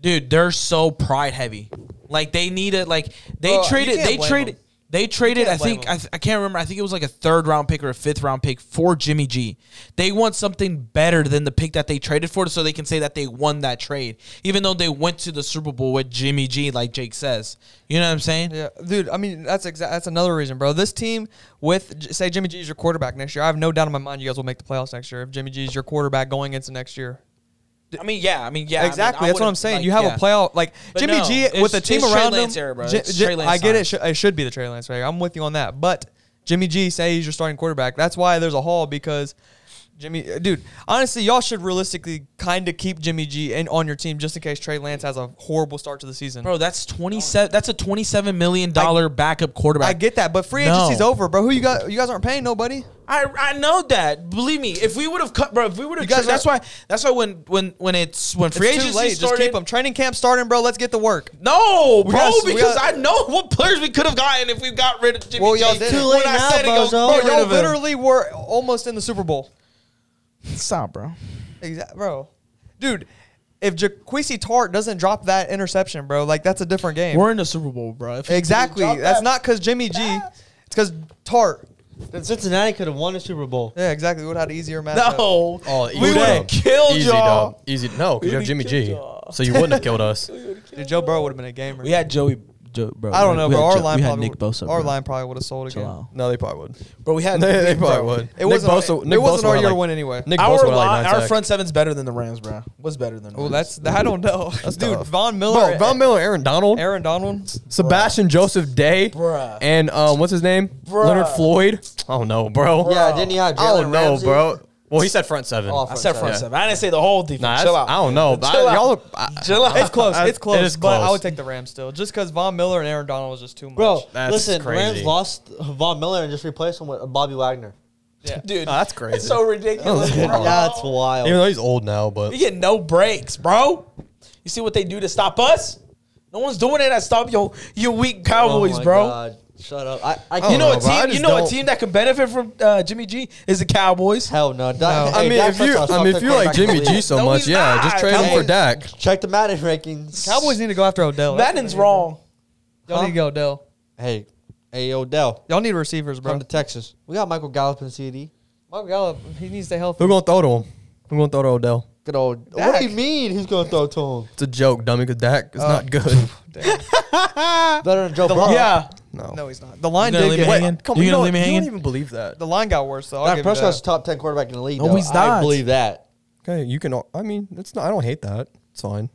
Dude, they're so pride heavy. Like they need it. Like they
Well, you
traded.
can't
They
blame
traded.
them.
They traded.
can't
I
blame
think
them.
I, th- I can't remember. I think it was like a third round pick or a fifth round pick for Jimmy G. They want something better than the pick that they traded for, so they can say that they won that trade, even though they went to the Super Bowl with Jimmy G, like Jake says. You know what I'm saying?
Yeah, dude. I mean, that's exa- that's another reason, bro. This team with J- say Jimmy G is your quarterback next year. I have no doubt in my mind you guys will make the playoffs next year if Jimmy G is your quarterback going into next year.
I mean, yeah. I mean, yeah. I mean,
exactly.
I
that's what
would've,
I'm saying.
like,
you have
yeah.
a playoff like
But
Jimmy
no,
G
it's-
with a team
it's Trey
around
Lance
him.
era, bro.
J-
It's
J-
Trey Lance
I get
time.
it. Sh- it should be the Trey Lance era. I'm with you on that. But Jimmy G say he's your starting quarterback. That's why there's a haul because Jimmy, uh, dude. Honestly, y'all should realistically kind of keep Jimmy G and on your team just in case Trey Lance has a horrible start to the season.
Bro, that's twenty seven. That's a twenty seven million dollar backup quarterback.
I get that, but free
No.
agency's over, bro. Who you got? You guys aren't paying nobody.
I, I know that. Believe me, if we would have cut, bro, if we would have,
You guys
that's
are-
why. That's why when when when it's when free
it's
agency
too late.
started.
Just keep them. Training camp starting, bro. Let's get to work.
No, bro,
got- we
because
got-
I know what players we could have gotten if we got rid of Jimmy.
Well,
G.
y'all didn't. Too
late
When I
now,
said it, go,
bozo.
Bro,
get rid
y'all
of him.
literally were almost in the Super Bowl.
stop, bro.
Exactly, bro. Dude, if Jaquisi Tart doesn't drop that interception, bro, like that's a different game.
We're in the Super Bowl, bro. If he could've
exactly.
dropped
That's
that-
not because Jimmy G. It's because Tart.
Then Cincinnati could have won the Super Bowl.
Yeah, exactly. We would have had an easier matchup.
No,
Oh,
we would have killed
easy,
y'all.
dub. Easy. No, because you have Jimmy
killed
G.
y'all.
So you wouldn't have killed us.
Dude, Joe Burrow would have been a gamer.
We had Joey, Joe, bro.
I don't know,
we
bro.
had
Our
Jo-
line
we had
probably
Nick Bosa,
our
bro.
line probably would have sold
Chill
again.
out.
No, they probably would.
Bro, we had.
they probably would.
It wasn't.
Bosa-
it
Nick
wasn't
Bosa
our
had,
year
like-
one anyway.
Nick
Our
Bosa would
line,
like
our front seven's better than the Rams, bro. What's better than? the
Oh,
Rams?
that's I don't know, dude. Von Miller,
Bro, Von Miller, Aaron Donald,
Aaron Donald.
Sebastian Joseph Day,
Bruh.
and um, what's his name?
Bruh.
Leonard Floyd. Oh no, bro.
Yeah, Oh, didn't he have
I
Jalen
don't know,
Ramsey?
bro. Well, he said front seven.
Oh,
I said front
Yeah.
seven. I didn't say the whole defense.
Nah, that's-
Chill out.
I don't know. but
Chill
I,
out.
y'all are, I,
Chill out.
It's close.
I-
It's close.
it is
But I
close.
would take the Rams still, just because Von Miller and Aaron Donald was just too much.
Bro,
That's
listen, the Rams
crazy.
lost Von Miller and just replaced him with Bobby Wagner.
yeah.
dude.
Nah, that's crazy.
It's so ridiculous.
That was
bro.
wild.
That's
even
wild.
though he's old now, but
We get no breaks, bro. You see what they do to stop us? No one's doing it. I stop your your weak Cowboys,
Oh my
bro.
God. Shut up. I, I
You
can't-
know,
know,
a
bro. I
team. You
just
know a
don't-
team that can benefit from uh, Jimmy G is the Cowboys.
Hell no. That-
I
hey,
mean,
Dak
if you,
Prescott's
I
top
mean, if
pick
you
quarterback
like
in the
Jimmy
league.
G so
No,
much,
he's
yeah,
not.
just trade him
Hey.
for Dak.
Check the Madden rankings.
Cowboys need to go after Odell.
Madden's wrong.
Y'all
Huh?
need to go Odell.
Hey, hey Odell,
Y'all need receivers,
come
bro.
to Texas. We got Michael Gallup and CD.
Michael Gallup, he needs to help.
Who gonna throw to him? Who gonna throw to Odell?
Good old. What
Dak.
do you mean? Who's gonna throw to him?
It's a joke, dummy. Because Dak is not good.
Better than Joe Burrow.
Yeah,
No,
No, he's not. The line
You gonna
did
leave me
get.
hanging?
Wait, come
You gonna
on, you don't,
leave me
you don't
hanging?
even believe that.
The line got worse though. I'll
Dak
give you
Prescott's
that.
top ten quarterback in the league.
No,
though.
he's
I
not.
believe that.
Okay, you can. I mean, it's not. I don't hate that. It's fine.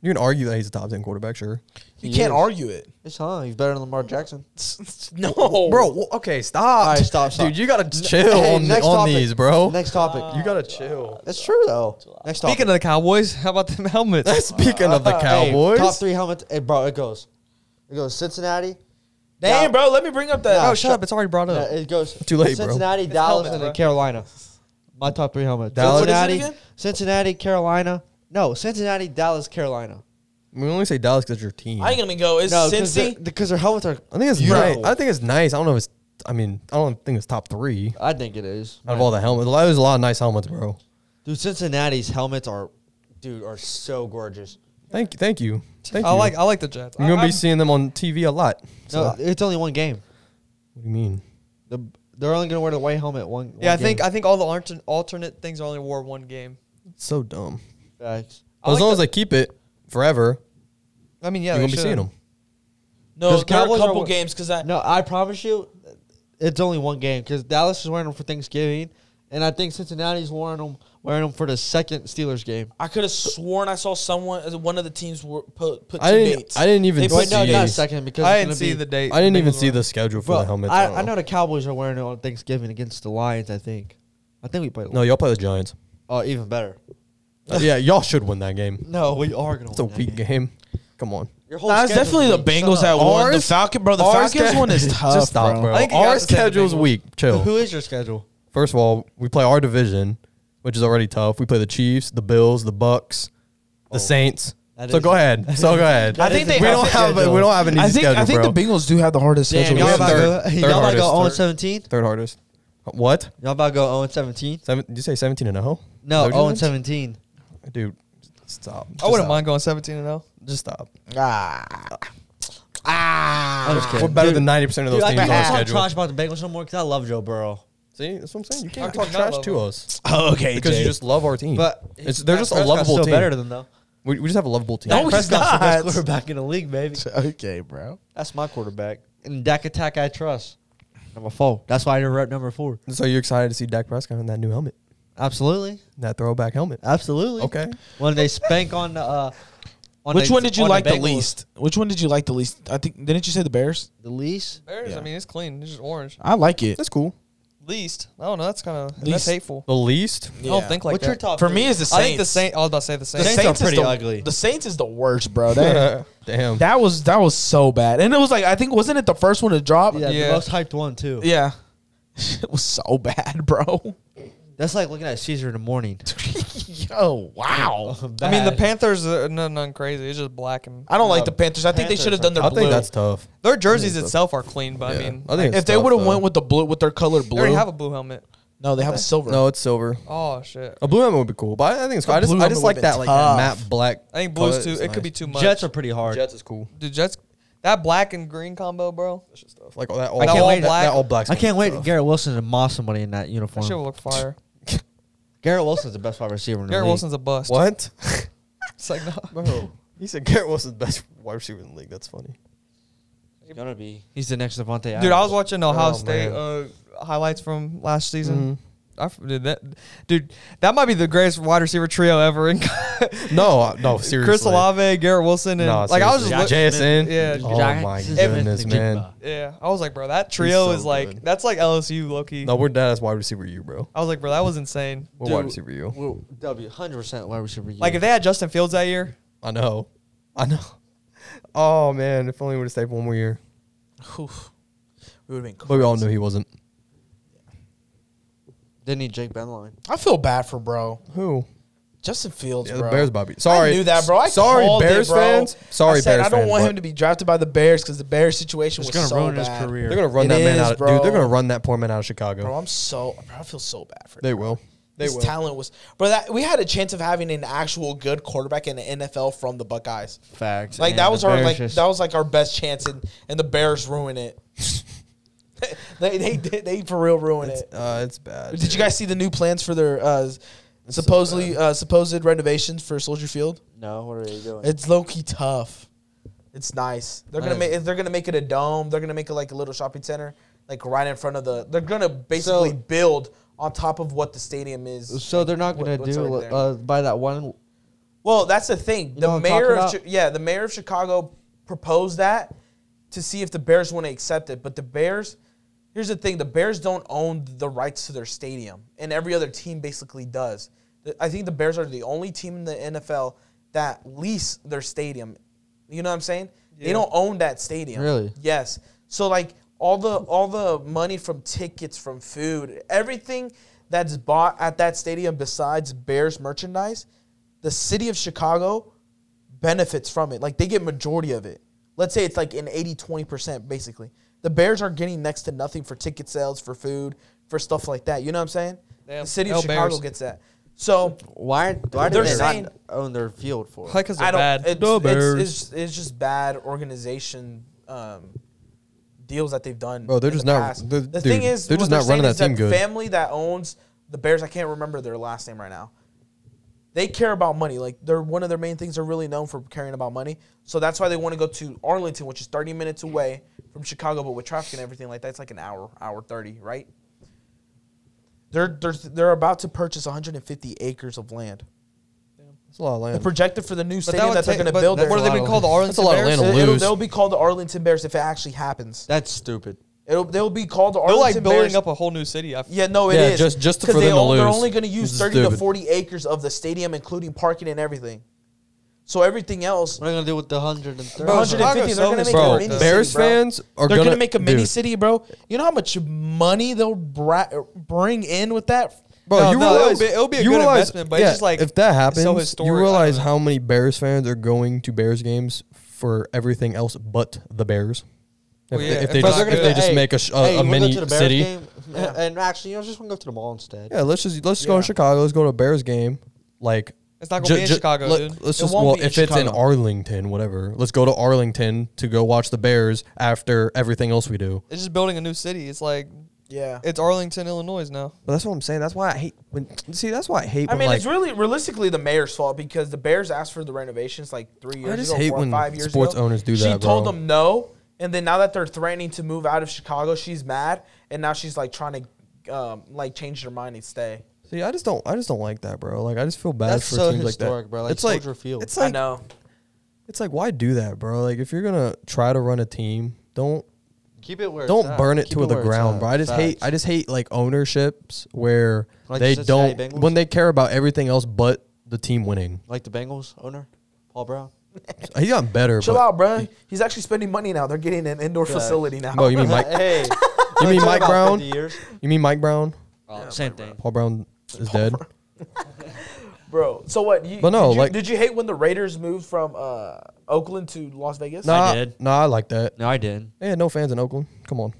You can argue that he's a top ten quarterback, sure.
you
He
can't
is.
argue it.
It's huh. He's better than Lamar Jackson.
No,
Bro, well, okay, stop.
Oh. All right, stop, stop.
Dude, you gotta chill
Hey,
on,
next
on
topic.
these, bro.
Next topic.
you gotta chill.
That's true though. Next topic. Uh,
Speaking of the Cowboys, how about them helmets?
Speaking of the
Hey,
Cowboys,
top three helmets. Hey, bro, it goes. It goes Cincinnati.
damn,
Dow-
bro. Let me bring up that.
Nah.
oh, shut up! It's already brought
Yeah,
up.
it goes
Too late, bro.
Cincinnati, Dallas,
helmet,
and
bro.
then Carolina. My top three helmets.
Dallas- What is it
Cincinnati,
again?
Cincinnati, Carolina. No, Cincinnati, Dallas, Carolina.
we only say Dallas because your team.
I ain't gonna go. It's
No, because
Cincy.
their helmets are.
I think it's
Bro.
nice. I think it's nice. I don't know if it's. I mean, I don't think it's top three
I think it is.
out of all the helmets. There's a lot of nice helmets, bro.
Dude, Cincinnati's helmets are, dude, are so gorgeous.
Thank you, thank you, thank
I
you.
like I like the Jets.
You're gonna
I,
be seeing them on TV a lot. So,
No,
what
it's only one game.
do you mean?
The, they're only gonna wear the white helmet one.
yeah, I
one
think
game.
I think all the altern- alternate things only wore one game.
It's so dumb.
Facts.
I
as
like
long
the-
as they keep it forever,
I mean, yeah,
you're
they
gonna be
should.
seeing them.
No,
Does
there are a
Cowboys
couple
are-
games because I.
No, I promise you, it's only one game because Dallas is wearing them for Thanksgiving, and I think Cincinnati's wearing them wearing them for the second Steelers game.
I could have sworn I saw someone, one of the teams were put, put
I
two
didn't-
dates.
I didn't even
They
see
put
Wait, no,
two
not
dates.
second because
I
it's
didn't
gonna
see
be-
the date.
I didn't
Bengals
even see
were-
the schedule for
Bro,
the helmets.
I,
don't
I know the Cowboys are wearing it on Thanksgiving against the Lions. I think. I think we play.
No, y'all play the Giants.
Oh, even better.
Uh, yeah, y'all should win that game.
No, we are gonna.
It's a
win that
weak game. Come on.
Your whole
Nah, it's
schedule's
definitely the
weak. Shut
Bengals that
up.
won. The
Ours-
Falcon, bro. The
Our
Falcons
sched-
one is tough,
Just stop,
bro.
bro.
I think you
Our
gotta say the
schedule's
Bengals.
weak.
So
Chill.
who is your schedule?
First of all, we play our division, which is already tough. We play the Chiefs, the Bills, the Bucks, the Saints.
That
So
is-
go ahead. So go ahead.
I think they
we don't have a, we don't have an easy
I think
schedule,
I think
bro.
the Bengals do have the hardest
Damn,
schedule.
y'all
Third-
about to go?
third
Y'all about to
hardest.
go
Third.
0 17?
Third hardest. Uh, What?
Y'all about to go 0 and 17?
Seven, did you say 17 and oh? 0?
No,
Who'd you
0 and
lose?
17.
Dude, stop. Just
I wouldn't
stop.
mind going 17 and oh. 0.
Just stop.
Ah.
I'm just
We're
kidding.
better than 90% of those
Dude, I
teams on
can't
the
talk
schedule.
trash about the Bengals no more because I love Joe Burrow.
See, that's what I'm saying. You
I
can't
could
talk
not
trash
love
to
them.
us
Okay,
because you
Jake.
just love our team.
But
It's- they're
Dak
just a
Prescott's
lovable
still
team.
better than them, though.
we, we just have a lovable team.
No,
Dak
he's
Prescott's the best
not.
quarterback in the league, baby.
okay, bro.
That's my quarterback. And Dak attack, I trust. Number four. That's why I wrote number four.
So you're excited to see Dak Prescott in that new helmet,
Absolutely,
that throwback helmet.
absolutely.
Okay.
When they spank on the. Uh, on
Which
the-
one did you
on the
like the
Bengals,
least? Which one did you like the least? I think didn't you say the Bears?
The least.
Bears,
Yeah.
I mean, it's clean. It's just orange.
I like it.
That's cool.
Least. I don't know. That's kind of
Least.
that's hateful.
The least?
I don't think like
What's
that.
your top?
For
three?
me, is the
I
Saints.
think the Saint. I was about to say the
The
Saint.
Saints are
is
pretty
the-
ugly.
The Saints is the worst, bro. That,
Damn.
that was that was so bad, and it was like I think wasn't it the first one to drop?
yeah,
Yeah.
the most hyped one too.
yeah. It was so bad, bro.
That's like looking at Caesar in the morning.
Yo, wow.
I mean, the
Bad.
Panthers are nothing, nothing crazy. It's just black and
I don't like
No,
the Panthers. I think they
Panthers
should have
are-
done their
I
blue.
think that's tough.
their jerseys
I mean,
itself are clean. But I mean,
I think
if they would have went with the blue with their color
they
blue,
already have a blue helmet.
no, they have a silver.
no, it's silver.
Oh shit.
A blue helmet would be cool, but I think it's cool.
A
I just,
blue
I
helmet
just
would've
like
been
that, like
tough.
that matte black.
I think
color
blue's too.
is
It could be
oh, nice.
too much.
Jets are pretty hard.
Jets is cool.
Dude, Jets. That black and green combo, bro.
Like all that all,
I can't
all
wait.
That, that all black.
I can't wait to Garrett Wilson to moss somebody in that
That shit will
uniform.
look fire.
Garrett Wilson's the best wide receiver in the
Garrett
league.
Wilson's a bust.
What?
It's like no.
Bro, he said Garrett Wilson's best wide receiver in the league. That's funny.
He's gonna be. He's the next Devontae.
Dude, I
Adams.
was watching Ohio
Oh,
State uh, highlights from last season.
Mm-hmm.
I f dude, that dude, that might be the greatest wide receiver trio ever. In
No, uh, no, seriously.
Chris Olave, Garrett Wilson, and
No,
like I was just
seriously.
look-
JSN.
Yeah.
Oh my
Jackson
goodness,
Smith-Njigba.
man.
yeah, I was like, bro, that trio
so
is like
good.
that's like LSU Loki.
No, we're dead as wide receiver you, bro.
I was like, bro, that was insane.
What
Dude.
wide receiver you?
Well, W, hundred percent wide receiver.
Like if they had Justin Fields that year,
I know. I know. Oh man, if only we would have stayed one more year.
Oof. We would have been.
But we all knew he wasn't.
they need Jake Benline.
I feel bad for bro.
Who?
Justin Fields,
Yeah, the
bro.
Bears Bobby. Sorry.
I knew that, bro. I
sorry,
called it,
Bears
bro.
fans. Sorry,
I said,
Bears
I don't
fans,
want
but
him to be drafted by the Bears because the Bears situation
It's
was
gonna
so
ruin his
bad.
career.
They're gonna run
It
that man
is,
out of
bro.
dude, they're gonna run that poor man out of Chicago.
Bro, I'm so. Bro, I feel so bad for. him.
they will. They
His
will.
talent was, bro. That we had a chance of having an actual good quarterback in the NFL from the Buckeyes.
Facts.
Like
and
that
the
was our
Bears
like
just-
that was like our best chance, and and the Bears ruin it. they, they they they for real ruin
It's,
it.
uh, it's bad.
Did you guys see the new plans for their uh, supposedly uh, supposed renovations for Soldier Field?
no. What are they doing?
It's low key tough. It's nice. They're gonna
Nice.
make they're gonna make it a dome. They're gonna make it like a little shopping center, like right in front of the. They're gonna basically
So-
build on top of what the stadium is.
so they're not
What-
gonna
what's
do
right there?
uh, by that one.
Well, that's the thing.
You
The
know what I'm
mayor
talking
of
about?
Chi- yeah, the mayor of Chicago proposed that to see if the Bears want to accept it. But the Bears, here's the thing: the Bears don't own the rights to their stadium, and every other team basically does. The- I think the Bears are the only team in the NFL that lease their stadium. You know what I'm saying? They
Yeah.
don't own that stadium.
Really?
Yes. So like all the all the money from tickets, from food, everything that's bought at that stadium besides Bears merchandise, the city of Chicago benefits from it. Like they get majority of it. Let's say it's like an 80 20% basically. The Bears are getting next to nothing for ticket sales, for food, for stuff like that. You know what I'm saying?
Damn.
The city of
Hell,
Chicago
Bears.
gets that. So
Why? Why do
They're
they
saying-
not own their field for? it?
like because they're
I don't.
bad.
It's,
The
it's-
Bears.
It's, it's just bad organization um, deals that they've done.
Bro, they're
in
just
the
not-
past.
they're-
the
dude,
thing is,
they're
what
just not running
saying
that
is
team
The
good.
family that owns the Bears, I can't remember their last name right now. They care about money. Like they're one of their main things. They're really known for caring about money. So that's why they want to go to Arlington, which is 30 minutes away from Chicago, but with traffic and everything like that, it's like an hour, hour 30, right? They're they're they're about to purchase 150 acres of land.
That's a lot of
They're
land.
projected for the new
But
stadium that,
would
they're
take-
going to
but
build. there.
What are they
That's a
been called? The
lot
That's a
Arlington
lot
Bears.
of land.
It'll-
lose.
they'll be called the Arlington Bears if it actually happens.
That's stupid.
It'll, they'll be called the
They're
Arlington
like
Bears.
building up a whole new city. I f-
Yeah, no, it is
Yeah, just- just for
'Cause they
them to
all- They're
lose.
only going to use
This is
thirty to
stupid.
forty acres of the stadium, including parking and everything. So everything else,
What are they gonna do with the hundred and thirty?
Bro, 150,
Chicago's
they're gonna
so
make
Bro,
a mini
Bears
city, bro.
fans are
they're
gonna,
going to make a mini
dude.
city, bro. You know how much money they'll bra- bring in with that.
Bro,
No,
you
no, it'll
realize
be- it'll be a
you
good
realize-
investment, but it's just like,
if that
it's so
happens,
historic,
you
I
realize
don't
how many Bears fans are going to Bears games for everything else but the Bears. If,
Well, yeah,
they, if they
but
just,
they're gonna
if they
go-
just make a, sh- a, a mini city,
Yeah.
And actually, you know, just want to go to the mall instead.
Yeah, let's just let's go
Yeah.
to Chicago. Let's go to a Bears game. Like
It's not gonna
ju-
be in
ju-
Chicago,
let-
dude.
Let's
It
just
won't
well,
be in
if it's in
Chicago.
Arlington, whatever. Let's go to Arlington to go watch the Bears after everything else we do.
It's just building a new city. It's like
Yeah.
it's Arlington, Illinois now.
But that's what I'm saying. That's why I hate when see. That's why I hate.
I
when,
mean,
like,
it's really realistically the mayor's fault because the Bears asked for the renovations like three years
I just
ago,
hate
four,
when
five years
sports
ago.
owners do
She
that,
told
bro.
them no, and then now that they're threatening to move out of Chicago, she's mad, and now she's like trying to um, like change her mind and stay.
see, I just don't. I just don't like that, bro. Like I just feel bad
That's
for
so
teams like
historic,
that.
bro. Like
it's like
Soldier Field.
it's like
I know.
it's like why do that, bro? Like if you're gonna try to run a team, don't
Keep it where.
don't
it's at.
burn it
Keep
to the
where it's
ground,
at.
bro. I just hate I
Facts.
just hate like ownerships where
Like
they
the Cincinnati
don't
Bengals?
when they care about everything else but the team winning.
like the Bengals owner, Paul Brown.
He's gotten better,
Chill
but
out, bro. He's actually spending money now. They're getting an indoor facility now.
bro, you mean Mike?
hey,
You mean
Talk
Mike
about
Brown?
50 years.
You mean Mike Brown?
Oh,
same thing.
Paul Brown is dead.
bro. So what? You,
But no,
did you,
like-
did you hate when the Raiders moved from uh, Oakland to Las Vegas?
Nah,
did.
nah, I like that.
No, I didn't.
Yeah, no fans in Oakland. Come on,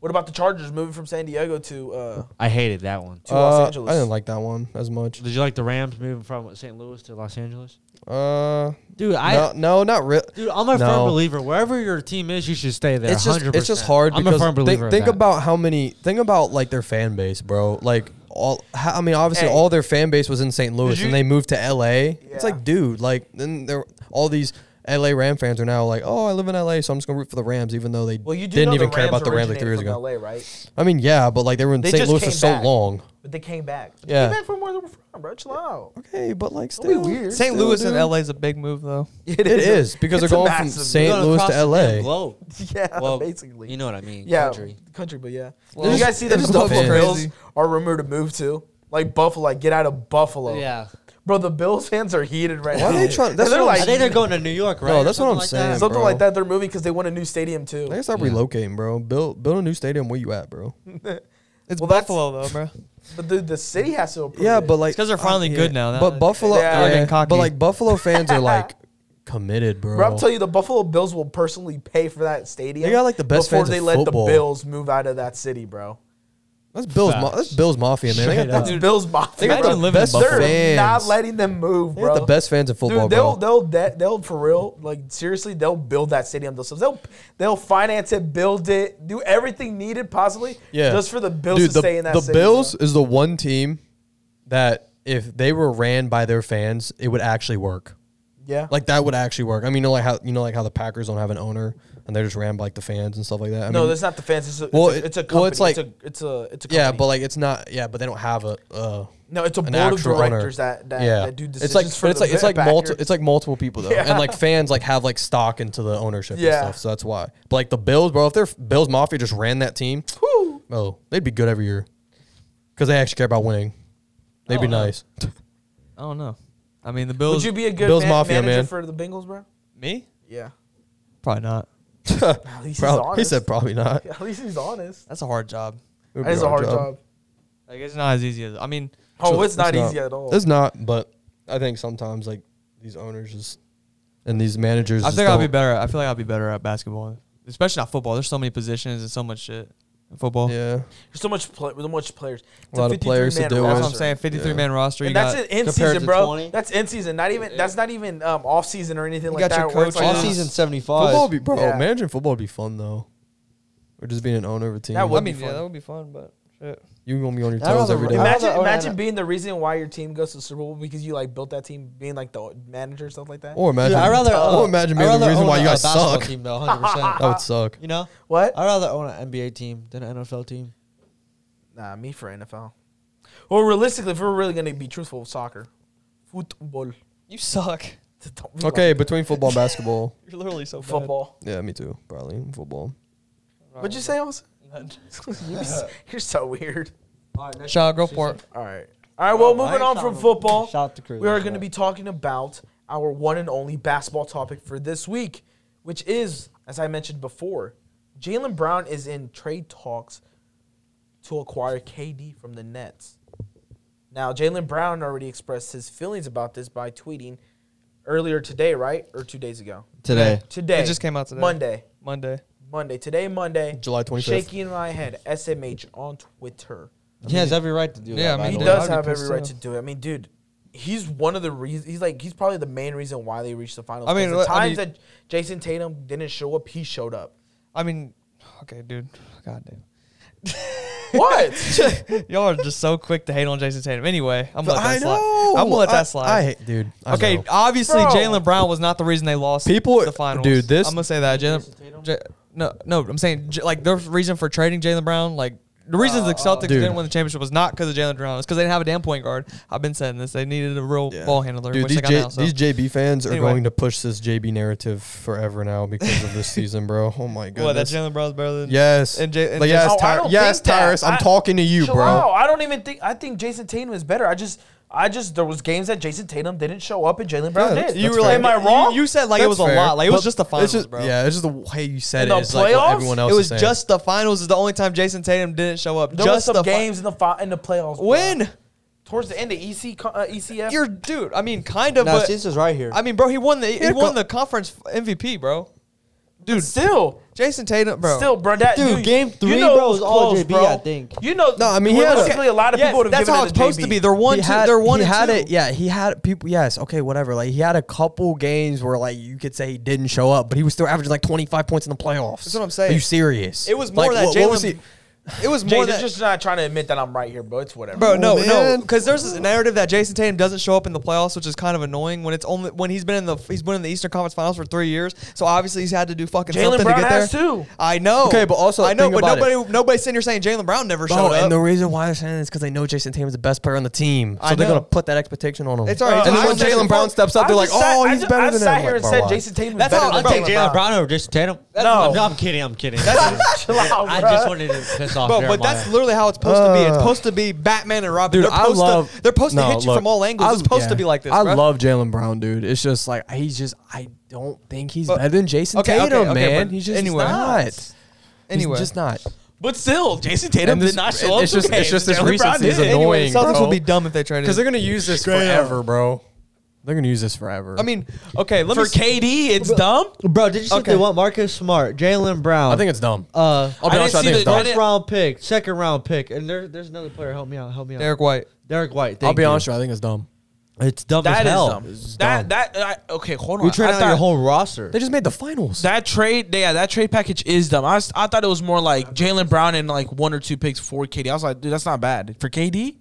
What about the Chargers moving from San Diego to uh,
I hated that one.
to Los
Uh,
Angeles?
I didn't like that one as much.
Oh. Did you like the Rams moving from St. Louis to Los Angeles?
Uh,
Dude, I
no, no, not real.
dude, I'm a
No.
firm believer. Wherever your team is, you should stay there.
It's just
100%.
it's just hard
I'm
because
a firm
think,
believer. of
think
that.
about how many think about like their fan base, bro. Like all how, I mean, obviously
Hey.
all their fan base was in St. Louis
you-
and they moved to LA. It's
Yeah.
like, dude, like then there all these LA Ram fans are now like, "Oh, I live in LA, so I'm just going to root for the Rams even though they
Well, you do
didn't
know
even
the
care
Rams
about the Rams like 3 years
originated
ago."
from LA, right?
I mean, yeah, but like they were in
They
St.
just
Louis for
came
so
back.
long.
But they came back. But
Yeah.
They came back from where they were from, bro. Chill out.
Okay, but like
Don't be
still
weird.
St. Louis
dude.
and LA is a big move though.
It is because
it's
they're
a
going from
massive-
We're
St.
going
Louis
across
to
the
LA.
damn globe.
Yeah,
Well,
basically.
You know what I mean?
yeah,
Country.
country, but yeah.
Well,
Did you guys see that
it's
the
just
Buffalo Bills
crazy.
are rumored to move to? Like Buffalo, like get out of Buffalo.
Yeah.
Bro, the Bills fans are heated right
Why are
now.
they trying? That's
they're
what I'm
like-
I think they're going to New York, right?
No,
or
that's what
something
I'm
like
saying.
Something
bro.
like that. They're moving because they want a new stadium too.
They can stop
Yeah.
relocating, bro. Build build a new stadium where you at, bro.
It's
Well, that's-
Buffalo though, bro.
But the, the city has to approve.
Yeah,
it.
but like
It's 'cause they're finally good now.
But Buffalo,
Yeah.
yeah,
They're
getting cocky.
but like Buffalo fans are like committed, bro.
Bro, I'm telling you, the Buffalo Bills will personally pay for that stadium.
They got, like, the best
before
fans
they
of
let
football.
the Bills move out of that city, bro.
that's Bills. Ma- that's Bills Mafia, man. They got,
Straight up.
the-
It's Bills mafia.
got
bro.
the Imagine best living in
They're
Buffalo.
not
fans.
letting them move,
they
bro.
got the best fans in football,
Dude, they'll
bro.
they'll de- they'll for real like seriously they'll build that stadium themselves. They'll they'll finance it, build it, do everything needed possibly,
Yeah,
just for the Bills
Dude,
to
the,
stay in that.
the
city,
Bills
bro.
is the one team that if they were ran by their fans, it would actually work.
yeah,
Like that would actually work. I mean, you know, like how you know, like how the Packers don't have an owner and they're just ran by like the fans and stuff like that. I
no,
mean,
that's not the fans. It's a,
Well,
it's a,
it-
it's a company.
well,
it's
it's
a it's a it's a company.
yeah, but like it's not. Yeah, but they don't have a. Uh,
no, it's a
an
board of
actual owner.
directors that that,
yeah,
that do decisions
it's like
for
but it's
the
like it's like
Packers.
multi, it's like multiple people though,
Yeah.
and like fans like have like stock into the ownership
Yeah.
and stuff. So that's why. But like the Bills, bro, if their Bills Mafia just ran that team,
Whew.
oh, they'd be good every year because they actually care about winning. They'd be
Oh, no.
nice.
I don't know. I mean the
Would
Bills.
you be a good
Bills
man-
Mafia,
manager
man.
for the Bengals, bro?
me?
Yeah,
Probably not.
at least he's
Prob-
honest.
he said probably not.
at least he's honest.
That's a hard job.
It would
That
be
is a hard job.
Like it's not as easy as I mean.
Oh,
So
it's, not,
it's not-
easy at all.
It's not, but I think sometimes like these owners just and these managers.
I
just
think I'll be
don't-
better. I feel like I'll be better at basketball, especially not football. There's so many positions and so much shit in football.
Yeah,
There's so much, pl- so much players. It's
lot of
53
players to
man
deal with.
That's
roster.
what I'm saying. 53 man roster. You
And
got
that's it in
compared
season,
to
bro.
20.
That's in season. Not even that's not even um off season or anything
You
like
got
that.
your
where it's
coaches.
like-
Off season seventy
football
five.
would be bro.
Yeah.
Managing football would be fun though. Or just being an owner of a team.
That
I
would be
mean, yeah,
fun.
that would be fun, but shit.
You gonna be on your
That was
toes
a
every
rough-
day.
Imagine-
Imagine,
Oh, no, oh, no,
imagine
no.
being the reason why your team goes to the Super Bowl because you like built that team, being like the manager or something like that.
Or imagine,
Dude, I'd rather.
or
uh,
imagine
I'd
being the
rather
reason
own
why you
a
guys
basketball
suck.
Team though, 100%.
That would suck.
You know,
what?
I'd rather own an NBA team than an NFL team.
Nah, me for NFL. Well, realistically, if we're really gonna be truthful, soccer, football.
You suck.
Don't be
Okay,
like
between football and basketball.
You're literally so bad.
football.
Yeah, me too. Probably football.
What'd you say, Austin? You're s- You're so weird.
Shout out, go for it.
All right. All right. Well, moving on from football.
Shout out to Cruz.
We are going to be talking about our one and only basketball topic for this week, which is, as I mentioned before, Jalen Brown is in trade talks to acquire KD from the Nets. Now, Jalen Brown already expressed his feelings about this by tweeting earlier today, right? Or two days ago?
today.
Today.
It just came out today.
Monday.
Monday.
Monday. Today, Monday.
July 25th.
Shaking my head. SMH on Twitter.
He has every right to do
Yeah,
that.
I
by
mean,
He
the
did.
way.
does
I'd be
have every
pissed
right
off.
to do it. I mean, dude, he's one of the reasons. He's like he's probably the main reason why they reached the finals.
I mean,
'Cause the
I
times
mean-
that Jason Tatum didn't show up, he showed up.
I mean, okay, dude. God damn.
What?
Y'all are just so quick to hate on Jason Tatum. Anyway, I'm gonna let that
I
slide.
know.
I'm gonna let
I-
that slide.
I hate, dude. I
okay,
know.
obviously
Bro.
Jalen Brown was not the reason they lost
People-
the finals.
dude, this-
I'm gonna say that Jalen. J- no, no, I'm saying J- like the reason for trading Jalen Brown, like the reason
Uh,
the Celtics
dude.
didn't win the championship was not because of Jalen Brown. It's because they didn't have a damn point guard. I've been saying this. They needed a real ball handler,
Dude,
which
these,
they got
J-
now. So.
these JB fans are
Anyway.
going to push this JB narrative forever now because of this season, bro. Oh my goodness.
what that Jalen Brown's better than
yes.
and J- and
Like, yes,
Oh, I
Ty-
don't
yes,
think that.
Tyrus. I'm
I-
talking to you,
Chill
bro.
out. I don't even think. I think Jason Tatum is better. I just, I just there was games that Jason Tatum didn't show up and Jalen Brown
Yeah,
did.
you That's were fair. like-
am I wrong?
You, you said like it
That's
was a
fair,
lot. Like it was
but
just the
it's
finals,
just-
bro.
Yeah, it's just the way you said
In
it.
the
It's like
playoffs?
what everyone else
It
is
was
saying.
just the finals is the only time Jason Tatum didn't show up.
there was
just
some
the fi-
games in the fi- in the playoffs. bro.
when
towards the end of EC co- uh, ECF.
you're dude. I mean, kind of.
No,
but
this is right here.
I mean, bro, he won the he
a
won
co-
the conference MVP, bro.
dude, still,
Jason Tatum, bro.
still, bro. That
Dude,
you-
game
you
three,
know it
bro, was all
close,
JB,
bro.
I think.
You know,
No, I mean, he had a-
realistically, a lot of
Yes,
people would have
that's
given
how
it
it's supposed to
JB.
be. They're one,
He
two.
had-
they're one.
He
and
had
two.
it. Yeah, he had people. Yes, okay, whatever. Like he had a couple games where like you could say he didn't show up, but he was still averaging like 25 points in the playoffs.
That's what I'm saying.
Are you serious?
It was more
Like,
that
what-
Jalen.
what was he-
It was
Jay,
more
they're
that.
just not trying to admit that I'm right here, bro. It's whatever.
Bro, no, no,
man.
because there's this narrative that Jason Tatum doesn't show up in the playoffs, which is kind of annoying. When it's only when he's been in the he's been in the Eastern Conference Finals for three years, so obviously he's had to do fucking
Jalen
something
Brown
to get there.
has too.
I know.
Okay, but also
I know,
think
but
about
nobody nobody's sitting here saying Jalen Brown never
Bro,
showed up.
and the reason why they're saying this because they know Jason Tatum is the best player on the team, so
I
they're
know.
gonna put that expectation on him.
It's all right.
And then
I
when
said
Jalen
before-
Brown steps up,
I
they're like,
just sat-
"Oh,
I
he's
ju-
better
I
than
sat
him."
here
Like,
and
bro,
said
why?
Jason Tatum.
That's
That's better
how-
than
okay,
Jalen
Jalen
Brown.
Jalen Brown over Jason Tatum?
No.
I'm, I'm kidding. I'm kidding.
Chill out,
I
bro.
just wanted to piss off.
Bro,
Jeremiah.
but that's literally how it's supposed to be. It's supposed to be Batman and Robin.
Uh. Dude,
they're
I
supposed
love.
to, they're supposed
No,
to hit you
look,
from all angles.
I-
it's supposed
yeah.
to be like this.
I
bro.
love Jalen Brown, dude. It's just like he's just. I don't think he's
But-
better than Jason
okay, okay,
Tatum,
okay,
man.
but
He's just
anyway.
not.
Anyway,
he's just not.
But still, Jason Tatum
And this-
did not show up.
it's
to
just- it's
games.
just this
Jalen Brown
recency is
did.
annoying.
Anyway, Celtics
bro.
will be dumb if they traded
Because they're gonna use this forever, bro. They're gonna use this forever.
I mean, okay, let
For
me. s-
KD, it's dumb.
Bro, did you see what
Okay.
they want? Marcus Smart, Jalen Brown.
I think it's dumb.
uh,
I
I'll be honest,
didn't
I think
see
it's
the- I
dumb.
first
didn't-
round pick, second round pick, and there, there's another player. Help me out. Help me out.
Derek White.
Derek White.
I'll
thank
be
you.
honest, with you, I think it's dumb.
It's dumb
That
as
is
hell.
dumb. That that I, okay. Hold on.
You trade
I
out
thought-
your whole roster.
They just made the finals.
That trade, yeah, that trade package is dumb. I, was, I thought it was more like Jalen Brown and like one or two picks for KD. I was like, dude, that's not bad for KD.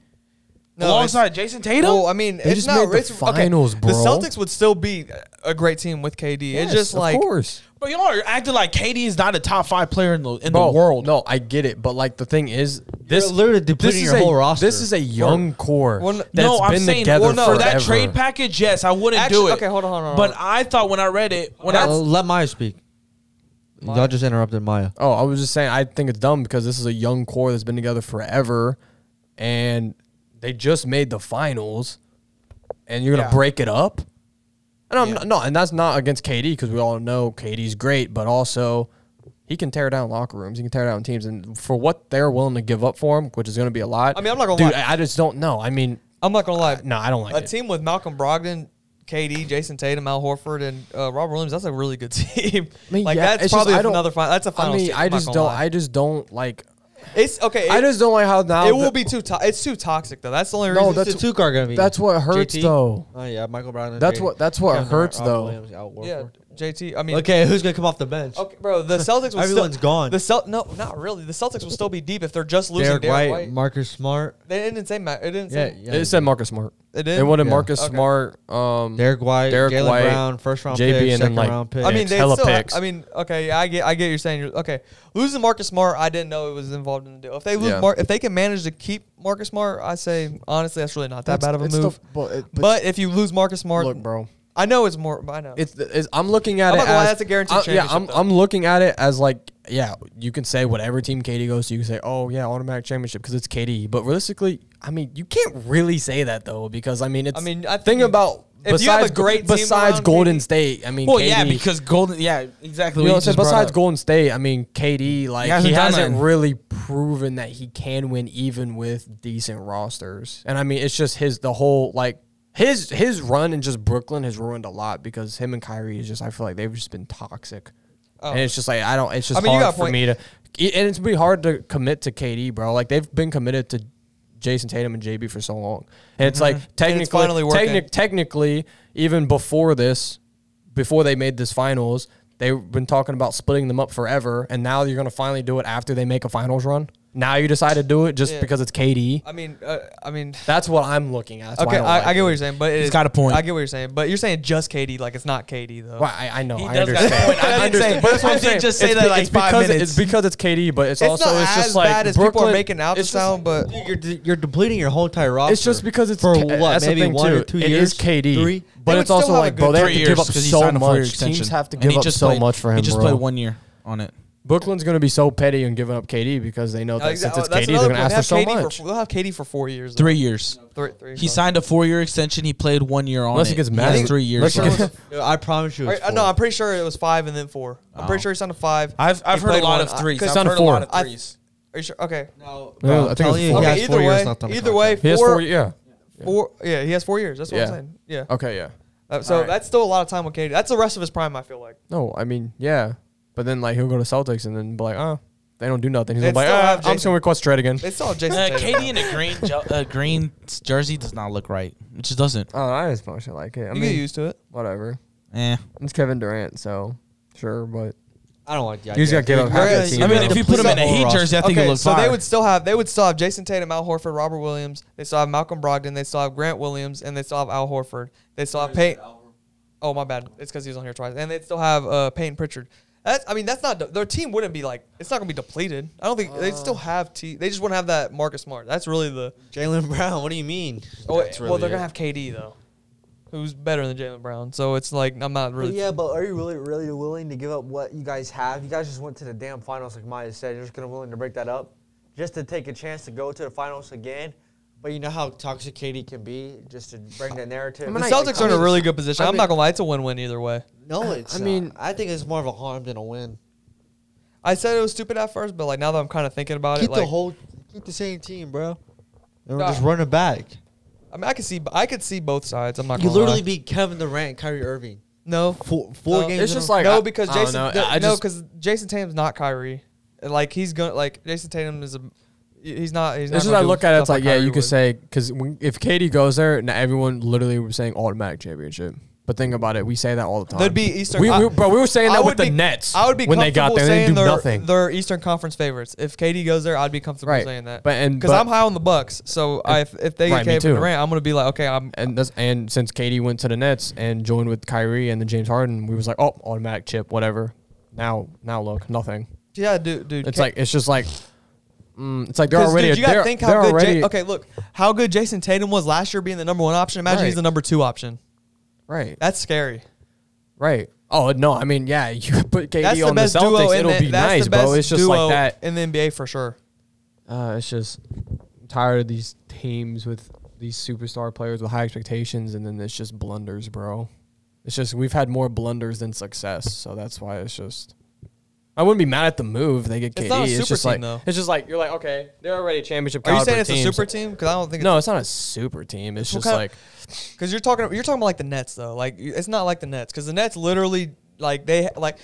No,
Alongside Jason Tatum,
Well, I mean, it's
just
not.
made the
it's, okay,
finals, bro.
The Celtics would still be a great team with KD. it's just like
of course.
but y'all are acting like KD is not a top five player in the in
Bro,
the world.
No, I get it, but like the thing is, this
literally depleting
this is
your
a,
whole roster.
This is a young core
Well,
that's
no, I'm
been
saying
together
well, no, for that
forever.
trade package, yes, I wouldn't do
Actually-
it.
okay, hold on, hold on, hold
But
on.
I thought when I read it, when
Uh,
I
let Maya speak. Y'all just interrupted Maya.
Oh, I was just saying, I think it's dumb because this is a young core that's been together forever, and they just made the finals, and you're gonna
Yeah.
break it up. And I'm not, no, and that's not against KD because we all know KD's great, but also he can tear down locker rooms, he can tear down teams, and for what they're willing to give up for him, which is gonna be a lot.
I mean, I'm not gonna
dude,
lie.
I I just don't know. I mean,
I'm not gonna lie.
Uh, no, I don't like
a
it.
team with Malcolm Brogdon, KD, Jason Tatum, Al Horford, and uh, Robert Williams. That's a really good team.
I mean,
like
yeah,
that's
it's just
probably
I don't-
another. Fi- that's a final.
I mean,
team,
I
I'm not
just
gonna
don't.
lie.
I just don't like.
it's okay.
I
it-
just don't like how now
It
the-
will be too. To- it's too toxic though. That's the only
No,
reason.
Oh, that's-
Who's the two car gonna be?
That's what hurts
JT?
though.
Oh yeah, Michael Brown. And
That's
Jay-
what- that's what
Kevin
hurts,
Durant,
though.
Robert Williams, Al
yeah,
Horford.
JT. I mean,
Okay, who's gonna come off the bench?
Okay, bro. The Celtics. Would
Everyone's
still,
gone.
The Cel- No, not really. The Celtics will still be deep if they're just losing
Derek,
Derek,
White,
White.
Marcus Smart.
They didn't say Matt. It didn't
Yeah,
say.
yeah.
it said Marcus Smart.
It
It
did.
wanted
Yeah.
Marcus
Okay.
Smart. Um,
Derek White,
Derek
Jalen
White,
Brown, first round
JB,
pick,
and then,
second
like,
round pick.
picks,
I mean, they
hella
still. ha-
picks.
I mean, okay, I get, I get what you're saying. You're- Okay, losing Marcus Smart, I didn't know it was involved in the deal. If they lose,
Yeah.
Mar- if they can manage to keep Marcus Smart, I say honestly, that's really not that
That's-
bad of a
it's the-
move.
but, it-
but, if you lose Marcus Smart,
look, bro,
I know it's more. I know.
it's, it's I'm looking
I'm
at it
not gonna lie,
as
that's a guaranteed
I'm- yeah, I'm,
championship, though.
I'm looking at it as like yeah, you can say whatever team KD goes to, you can say oh yeah, automatic championship because it's KD. But realistically, I mean, you can't really say that though because I mean, it's
I mean, I
think
think-
about
if you have a
besides
great team
besides
around
Golden
KD
State. I mean,
well,
KD,
yeah, because Golden, yeah, exactly.
You
what
know
you
what I'm saying?
just brought
Besides
up.
Golden State, I mean, KD, like,
hasn't
he
done
hasn't
nothing.
really proven that he can win even with decent rosters. And I mean, it's just his, the whole, like, his his run in just Brooklyn has ruined a lot because him and Kyrie is just, I feel like they've just been toxic
Oh.
And it's just like I don't. It's just
I mean, you
hard
got a
for
point.
me to, it- and it's be hard to commit to KD, bro. Like they've been committed to Jason Tatum and JB for so long, and it's like technically,
Mm-hmm. finally working.
technic- technically, even before this, before they made this finals, they've been talking about splitting them up forever, and now you're gonna finally do it after they make a finals run. Now you decide to do it just
Yeah.
because it's KD.
I mean, uh, I mean,
That's what I'm looking at. That's
okay,
why I, don't
I,
like
I get
it.
what you're saying, but
He's
it's
got a point.
I get what you're saying, but you're saying just KD, like it's not KD though.
Well, I, I know.
He
I
does got a
understand.
point. I
I
did say-
understand. But that's what
I
I'm
did
saying.
just say
It's
that,
be-
like,
it's
five
because it-
minutes.
It's because it's KD, but it's,
It's
also
not
it's
as
just like
bad as
Brooklyn,
people are making out to
it's just-
sound, but
uh, You're, de- you're depleting your whole entire roster.
It's just because it's
for
K-
what?
that's the
Maybe
thing,
one
too.
or two
It
years.
is KD,
Three.
but
They
it's
would
also
still have
like
a
bro,
good
they have
three
to give
years
up
'cause he
so
signed a four-year
much. Teams
extension.
have to
And he
give up
just
so
played-
much for him,
He just
bro.
played one year on it.
Brooklyn's going to be so petty and giving up KD because they know
exa-
that
oh,
since it's
that's
KD, they're
another
going to
point.
ask
They have
for so
KD
much.
For, they'll have KD for four years. though.
Three years.
Three, three.
He
so-
signed a four-year extension. He played one year on it.
Unless he gets
He
mad.
has three years.
Unless he
left.
gets-
Dude, I promise you.
Or-
It's
uh, no, I'm pretty sure it was five and then four. I'm pretty sure he signed a five.
I've I've
He
heard a
played
lot
one.
of threes.
I- 'cause
I've
on
heard a
four.
lot of
I-
threes.
Are you sure? Okay.
no,
No, I think it was
telling you,
four.
he
okay.
has
either
four
way,
years left on the
either
contract.
way,
He
four,
has four. Yeah.
four- Yeah, he has four years. That's what
Yeah.
I'm saying. Yeah.
Okay. Yeah.
Uh, so
Alright.
that's still a lot of time with KD. That's the rest of his prime. I feel like.
No, I mean, yeah, but then like he'll go to Celtics and then be like, oh, they don't do nothing. He's
They'd
gonna be like,
still
ah,
have
I'm just
Jason.
going to request trade again.
They still have
Uh,
Jason.
KD
Tatum.
in a green jo- uh, green jersey does not look right. It just doesn't.
Oh, I just don't like it. I
you get
mean,
used to it.
whatever.
Eh.
It's Kevin Durant, so sure, but
I don't like the
He's
idea.
gotta give up
You're
half
gonna-
the team,
you're
I mean,
gonna
if you
deplete
put him in
the
a
whole
Heat
roster.
jersey, I think it
okay,
looks
so
fire.
they would still have they would still have Jason Tatum, Al Horford, Robert Williams. They still have Malcolm Brogdon. They still have Grant Williams, and they still have Al Horford. They still have Peyton. Oh my bad, it's because he was on here twice. And they still have uh, Peyton Pritchard. That's I mean that's not de- their team wouldn't be like it's not gonna be depleted. I don't think they
Uh.
still have T. They just wouldn't have that Marcus Smart. That's really the.
Jalen Brown. What do you mean?
Oh,
That's
well,
really
they're
it.
gonna have KD though, who's better than Jalen Brown. So it's like I'm not really.
Yeah, but are you really, really willing to give up what you guys have? You guys just went to the damn finals, like Maya said. You're just gonna willing to break that up, just to take a chance to go to the finals again. But you know how toxic Katie can be, just to bring the narrative.
The Celtics are in a
mean-
really good position.
I
I'm not
mean-
gonna lie, it's a win-win either way.
No, it's.
I
I
mean-
mean, I think it's more of a harm than a win.
I said it was stupid at first, but like now that I'm kind of thinking about
Keep
it, like
the whole, keep the same team, bro. And we're
Nah.
just running back.
I mean, I could see, I could see both sides. I'm not.
You
gonna
literally
lie.
beat Kevin Durant, and Kyrie Irving.
no,
Four, four
No,
games.
it's
in a
just
row.
like
no, because
I don't
Jason,
know.
no,
I just-
because Jason Tatum's not Kyrie. Like he's gonna, like Jason Tatum is a, he's not. He's not
It's just
gonna
I
do
look at it, it's
stuff
like, yeah,
Kyrie
you could
would.
say because if Katie goes there, now everyone literally was saying automatic championship. But think about it, we say that all the time.
There'd be Eastern.
We,
I-
we, bro, we were saying
I
that
would
with the
be-
Nets.
I would be
when they got
comfortable
there, they
saying
didn't do
they're,
nothing.
They're Eastern Conference favorites. If KD goes there, I'd be comfortable
Right.
saying that.
But- and-
because
but-
I'm high on the Bucks, so I, if, if they
Right,
get
me
Kevin
too.
Durant, I'm gonna be like, okay, I'm.
And that's, and since Katie went to the Nets and joined with Kyrie and the James Harden, we was like, oh, automatic chip, whatever. Now, now look, nothing.
Yeah, dude, dude.
It's
K-
like it's just like, mm, it's like they're
'Cause,
already.
dude, you gotta
they're,
think
they're
how good.
already,
Ja- okay, look how good Jason Tatum was last year, being the number one option. Imagine he's
Right.
the number two option.
Right,
That's scary.
right. Oh no, I mean, yeah, you put KD
That's the
on the,
best duo.
Celtics,
in
it'll
the,
be
that's
nice,
the best
bro. It's just
duo
like that.
in the NBA for sure.
Uh, it's just I'm tired of these teams with these superstar players with high expectations, and then it's just blunders, bro. It's just we've had more blunders than success, so that's why it's just. I wouldn't be mad at the move. They get KD.
It's not a super
just
team,
like
though.
it's just like you're like okay, they're already a championship.
Are you
caliber
saying it's
team,
a super
so-
team? Because I don't think
No, it's not a super team. It's
What
just
kind-
like
Because you're talking you're talking about like the Nets though. Like you- it's not like the Nets because the Nets literally like they like.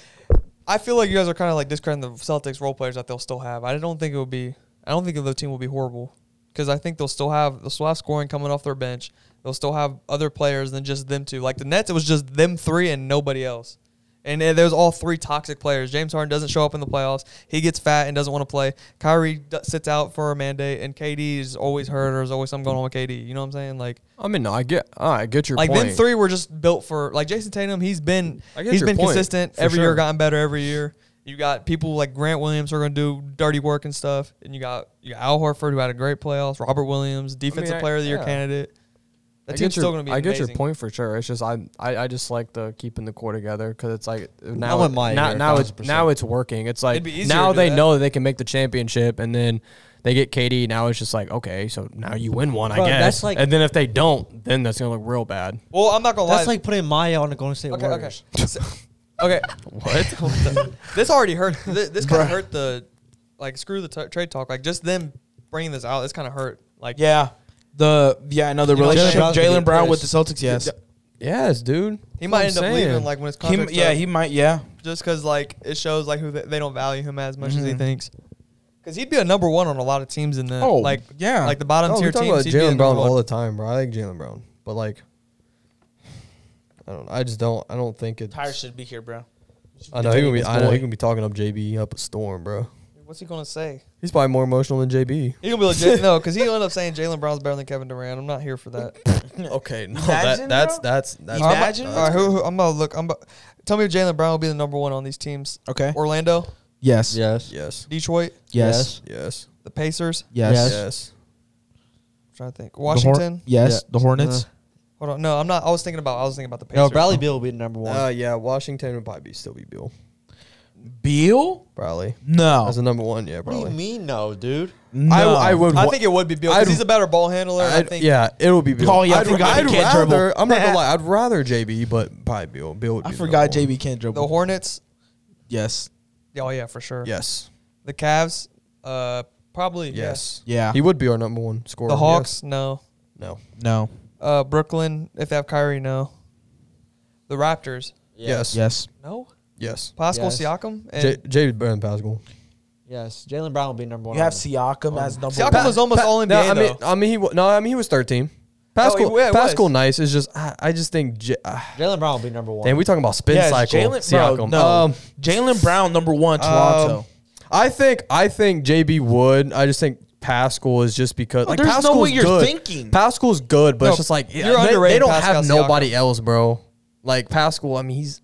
I feel like you guys are kind of like discrediting the Celtics role players that they'll still have. I don't think it will be. I don't think the team will be horrible because I think they'll still have they'll still have scoring coming off their bench. They'll still have other players than just them two. Like the Nets, it was just them three and nobody else. And uh, there's all three toxic players. James Harden doesn't show up in the playoffs. He gets fat and doesn't want to play. Kyrie d- sits out for a mandate, and KD is always hurt or there's always something going on with KD. You know what I'm saying? Like
I mean, no, I get, I get your
like
point.
them three were just built for like Jason Tatum. He's been
I get
he's
your
been
point,
consistent
for
every
sure.
year, gotten better every year. You got people like Grant Williams who are going to do dirty work and stuff, and you got you got Al Horford who had a great playoffs. Robert Williams, defensive
I-
player of the year
yeah.
candidate.
I
That
get
team's
your-
still going to be.
I get your
amazing.
point for sure. It's just I I, I just like the keeping the core together because it's like now
wouldn't mind
now,
either,
now it's
1000%.
now it's working. It's like
It'd be easier
now
to do
they
that.
know that they can make the championship and then they get KD. Now it's just like okay, so now you win one,
Bro,
I guess.
that's like-
and then if they don't, then that's gonna look real bad.
Well, I'm not going to lie.
That's like putting Maya on the Golden State
okay, okay,
Warriors.
So- okay. what? the- this already hurt. This, this kind of hurt the like screw the t- trade talk. Like just them bringing this out. This kind of hurt. Like
Yeah. The yeah, no, the
You know,
relationship
Jalen Brown's
Jalen
gonna
Brown
get
with the Celtics, yes.
Yes, dude.
He might end
I'm
up
saying.
leaving like when his
He,
contract.
yeah, he might. Yeah,
just because like it shows like who they, they don't value him as much as he
Mm-hmm.
Mhm.
thinks. Because he'd be a number one on a lot of teams in the
Oh,
like
yeah.
like the bottom
Oh,
tier
we talk
teams.
about
he'd be the
Jalen Brown
number one.
all the time, bro. I like Jalen Brown, but like, I don't. I just don't. I don't think it's.
Tyre should be here, bro.
I know he gonna be.
This
I know
boy.
he gonna be talking up JB up a storm, bro.
What's he gonna say?
He's probably more emotional than JB.
He gonna be legit. no, because he'll end up saying Jalen Brown's better than Kevin Durant. I'm not here for that.
okay, no,
Imagine,
that, that's
bro?
that's that's.
All right, I'm-
Imagine?
All right, who, who, I'm gonna look. I'm. about- Tell me if Jalen Brown will be the number one on these teams.
Okay.
Orlando,
Yes.
Yes.
Yes.
Detroit,
Yes.
Yes.
the Pacers.
Yes.
Yes.
Yes.
I'm trying to think.
The Hor-
Washington.
yes.
Yeah.
The Hornets.
Hold on. No, I'm not. I was thinking about. I was thinking about the Pacers.
No, Bradley Beal will be the number one.
Uh, yeah. Washington would probably be still be Bill.
Beal?
Probably.
No.
That's the number one. Yeah,
what do you
probably.
mean, no, dude?
no.
I, I would.
I
wa-
think it would be Beal
I'd-
because he's a better ball handler. and I
I'd-
think.
yeah, it would be Bill.
Oh, yeah, I
I'd,
forgot he
I'd
can't
rather.
dribble.
I'm not gonna lie. I'd rather JB, but probably Bill. Bill. Would be
I
the
forgot
number one.
JB can't dribble.
The Hornets.
yes.
Oh yeah, for sure.
Yes.
The Cavs. Uh, probably yes.
Yes.
Yeah.
He would be our number one scorer.
The
yes.
Hawks. No.
No.
no.
Uh, Brooklyn. If they have Kyrie, no. The Raptors.
Yes.
Yes.
No.
Yes.
Pascal
Yes.
Siakam. And
J- JB better than Pascal.
Yes. Jalen Brown will be number one.
You have
on the-
Siakam as number
Siakam
one.
was almost all NBA
No, I mean, uh,
though. Oh,
I mean, he wa- no, I mean, he was 13. Pascal,
yeah, it was.
Pascal, nice is just. ah, I, I just think. J- uh,
Jalen Brown will be number one.
damn, we talking about spin
Yes,
cycle.
Jalen bro,
Siakam.
no.
Um,
Jalen Brown, number one, Toronto.
Um, I think I think JB would. I just think Pascal is just because
Oh,
like
there's no
Pascal's
way you're
good.
thinking.
Pascal's good, but
No,
it's just like
you're
yeah, they, they
underrating
don't
Pascal
have
Siakam.
nobody else, bro. Like Pascal, I mean he's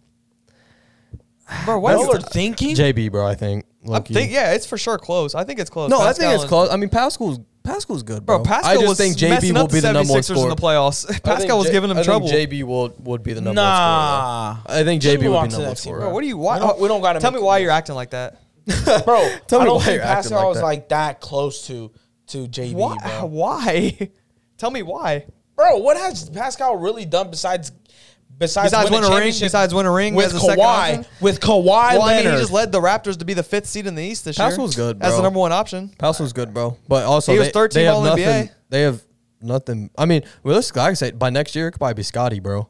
Bro, why
Y'all are
is
thinking?
JB, bro. I think.
I
low-key.
think yeah, it's for sure close. I think it's close.
No, I
Pascal
think it's
and-
close. I mean Pascal's Pascal's good, bro.
Bro, Pascal
I just
was
think JB
messing
will
up
be the number one
76ers in
scorer.
the playoffs. Pascal was giving him trouble.
JB will would be the number
nah.
one scorer. I think
Just
JB
move
would
on
be
to the
number one
next team,
scorer.
Bro, what do you? Why?
We don't- we don't gotta
tell me
make
why you're acting like that.
bro,
Tell me
I don't
why
think
you're acting
Pascal
like
was
that.
like that close to to JB,
Why?
bro.
Why? tell me why.
Bro, what has Pascal really done besides besides,
Besides
win,
win a ring,
championship
besides win a ring
with
as a second
Kawhi,
option?
with Kawhi
Well, I
Leonard?
mean, he just led the Raptors to be the fifth seed in the East this
Pascal's
year.
good,
as the
bro.
number one option.
Pascal's good, bro. But also,
He was
they,
13
they have
All-NBA.
nothing. They have nothing. I mean, realistically, I could say by next year it could probably be Scotty, bro.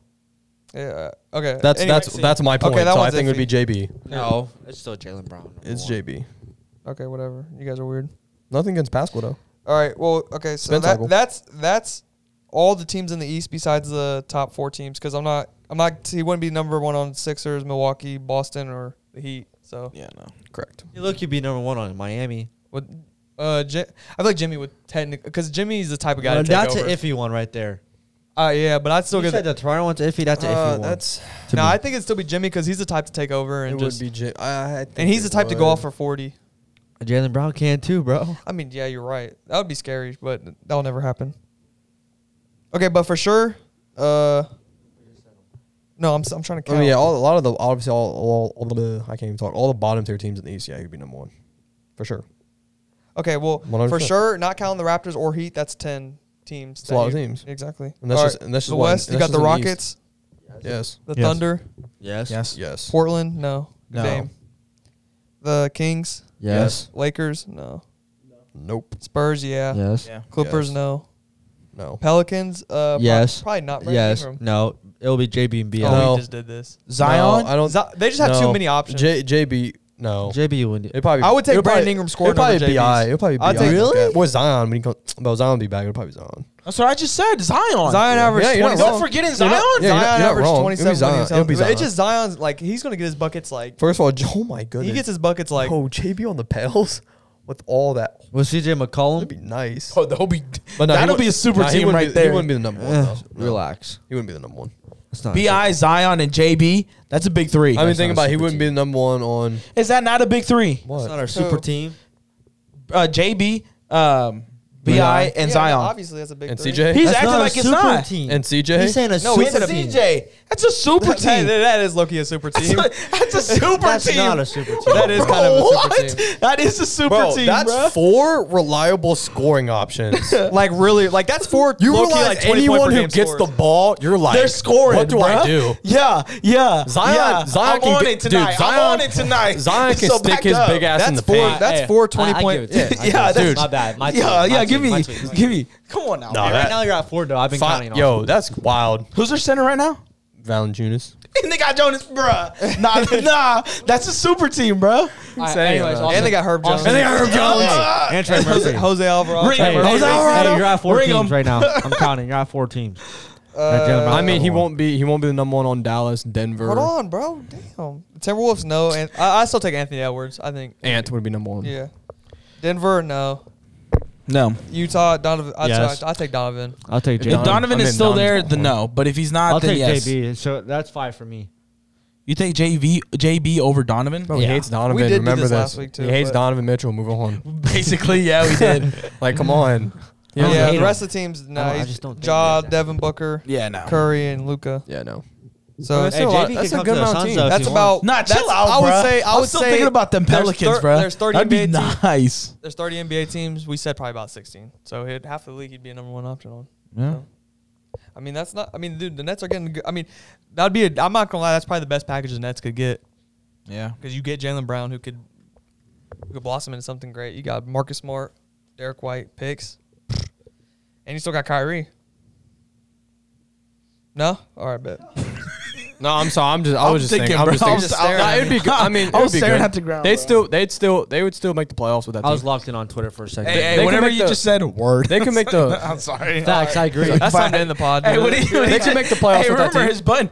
Yeah. Okay.
That's
anyway,
that's
see.
that's my point.
Okay, that
so I
one's
think it would be
iffy.
JB.
No, it's still Jalen Brown. number
It's
one.
JB.
Okay, whatever. You guys are weird.
Nothing against Pascal though.
All right. Well, okay. So
Spin
that,
cycle.
that's that's all the teams in the East besides the top four teams. Because I'm not I'm not he wouldn't be number one on Sixers, Milwaukee, Boston, or the Heat. So
yeah, no.
Correct.
Hey, Look, you'd be number one on Miami.
would uh J- I feel like Jimmy would technically because Jimmy's the type of
Uh,
guy
No,
to take
that's
over.
an iffy one right there.
uh, yeah, but I'd still
you
get
said the Toronto one's iffy.
Uh,
That's an iffy one.
no. I think it'd still be Jimmy because he's the type to take over
it
and
would
just
be J. I, I think
and he's the
it
type to go
would.
off for forty.
Jalen Brown can too, bro.
I mean, yeah, you're right. That would be scary, but that'll never happen. Okay, but for sure, uh, no, I'm s- I'm trying to
I
count.
mean, Oh, yeah, all, a lot of the obviously all, all, all the I can't even talk. All the bottom tier teams in the East, yeah, he'd be number one for sure.
Okay, well, for
100%.
sure, not counting the Raptors or Heat, that's ten teams.
It's a
that
lot of
you-
teams.
Exactly.
And that's
All
just- and that's just
the
one-
West. You
that's
got
just
the
in the East.
Rockets,
Yes.
the
Yes.
Thunder,
Yes.
Yes.
Yes.
Portland. No,
No.
Dame. The Kings,
Yes.
Lakers. No.
Nope.
Spurs. Yeah.
Yes.
Yeah.
Clippers.
Yes.
No.
No.
Pelicans. Uh, pro-
Yes.
Probably not. Brandon
Yes.
Ingram.
No. It'll be JB and
Oh,
Beal.
No.
we just did this.
Zion?
No, I don't.
Z- they just have
no.
too many options.
J, JB. No.
JB would.
It'd probably.
I would take
it'd
Brandon
probably-
Ingram scoring
It'd probably
over
be
JB's.
I. It'd probably be.
I'd
I.
take-
Really? With Zion, when he comes, but Zion would be back. It'd probably be Zion.
That's what I just said. Zion.
Zion averaged
Yeah, you're not
27.
Don't forget in Zion.
Yeah, you're
Zion
not- you're not
averaged
wrong. It'll be
27. when he
Zion.
was
It'll be
healthy. But It's
Zion.
just Zion's like he's gonna get his buckets like
First of all, J- oh my goodness.
he gets his buckets like
oh JB on the Pels with all that.
With CJ McCollum.
That'd be nice.
Oh, that'll be,
But no, he
that'll
wouldn't-
be a super
nah, he
team
wouldn't
right
be, He
there.
wouldn't be the number one. though. No.
Relax.
He wouldn't be the number one.
It's not
Bi Zion and JB. That's a big three.
I mean,
That's not
think
a
about it, he
super
wouldn't be the number one on
is that not a big three?
It's not
what?
our super
Who?
team.
Uh, JB, um, Bi, and
Yeah,
Zion.
Obviously, that's a big
And
three.
CJ
He's
That's
acting
not a
like it's
super
not.
Team.
and
He's
CJ.
saying a
No,
super
he's a
team.
CJ. That's a super
That-
team.
that- that is Loki a super team.
That's a super
That's
team.
not a super team.
That is kind of a super
what?
team.
That is a super
Bro,
team,
that's
bro.
four reliable scoring options.
like really, like that's four.
You
low-key,
realize
like 20 point per
anyone who
game
gets
scores.
the ball, you're like,
They're scoring.
What do
bruh.
I do?
Yeah, yeah.
Zion-
yeah.
Zion
I'm
can
on
get-
it tonight.
dude,
I'm
Zion-
on it tonight.
Zion can
So
stick
back
his
up.
big ass in
That's
the
four.
paint.
That's
Hey,
four
I-
20
I
point.
give it to you. I give
Yeah,
it to you.
that's-
my bad. My team.
Yeah,
my
yeah.
team,
Give
my
me,
team.
give me. Come on now.
No,
Hey,
that-
right now you're at four, though. I've been
Fi-
counting on
Yo, that's wild.
Who's their center right now?
Valanciunas.
and they got Jonas, bruh. Nah, nah, that's a super team, bruh.
Alright,
Saying,
anyways,
bro.
Austin-
And they got Herb Jones.
Austin-
And Trey
Jose,
Murphy.
Jose Alvarado.
Ring
Trey
it.
Murphy.
Jose Alvarado.
Hey, you're out four
Ring
teams
'em.
right now. I'm counting. You're out four teams. That
Uh,
gentleman-
I mean,
Oh.
he
Number one.
won't be he won't be the number one on Dallas, Denver.
Hold on, bro. Damn. Timberwolves, no. And I, I still take Anthony Edwards. I think.
Ant would be number one.
Yeah. Denver, no.
No,
Utah, Donovan. I'd
Yes.
I take Donovan.
I'll take
if
JB.
Donovan
I
is
mean,
still
Donovan's
there,
not
then
one.
no. But if he's not,
I'll
then
take
yes.
JB. So that's five for me.
You take JV JB over Donovan?
Bro, Oh, he hates Donovan.
We did do
Remember
this
this.
last week, too,
he hates
but-
Donovan Mitchell. Move on.
Basically, yeah, we did.
like, come on.
Yeah,
don't hate
the
him.
rest of the teams, no.
I don't- I
he's
just don't think
Ja,
they're-
Devin Booker,
yeah, no.
Curry, and Luca.
Yeah, no.
So
Hey, JB
that's
can come
a
to
good
the
amount of
Suns,
teams.
though, if
that's
you want.
about.
Nah, chill
that's-
out,
I would
bruh.
say. I
I'm
would
still
say
thinking about them
there's
Pelicans,
thir-
bro.
There's 30
That'd be
NBA teams.
nice.
There's 30 NBA teams. We said probably about 16. So he'd, half the league he'd be a number one option on.
Yeah.
I mean, that's not. I mean, dude, the Nets are getting. Good, I mean, that'd be. A, I'm not gonna lie. That's probably the best package the Nets could get
Yeah.
because you get Jalen Brown, who could, who could blossom into something great. You got Marcus Smart, Derek White, picks, and you still got Kyrie. No, all right, bet.
No, I'm sorry. I'm just. I was just thinking. I'm just
bro.
thinking.
I'm
just staring
Nah,
at
it'd be good. I mean,
I was
it'd be
staring
good.
at the ground,
They'd
bro.
still. They'd still. They would still make the playoffs with that
I was
team.
locked in on Twitter for a second.
Hey, hey
can
whatever
make
you
the-
just said, word.
They can make the-
I'm sorry.
Facts, I agree.
That's time to end the pod.
Hey,
dude.
what do you?
They can make the playoffs
Hey,
with that
remember
team.
his button.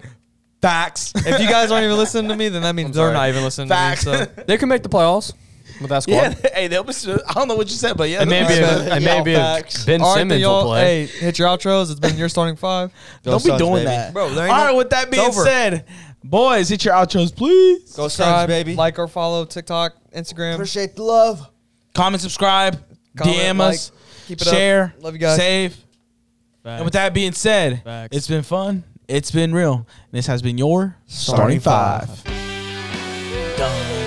Facts.
if you guys aren't even listening to me, then that means they're not even listening
Facts.
to me. So.
They can make the playoffs with that squad.
Yeah. Hey, they'll be. I don't know what you said, but yeah.
And maybe,
they'll-
if- and maybe if Ben
All right, then
Simmons will
y'all.
play.
Hey, hit your outros. It's been your starting five.
don't be doing that,
Bro,
All
there ain't no-
right. With that being
over.
said, boys, hit your outros, please.
Go Suns,
Subscribe,
baby.
Like or follow TikTok, Instagram.
Appreciate the love.
Comment, subscribe,
Comment,
DM
like,
us,
keep it up.
share,
Love you guys.
save. And with that being said,
Facts.
it's been fun. It's been real. This has been your starting, five. Done.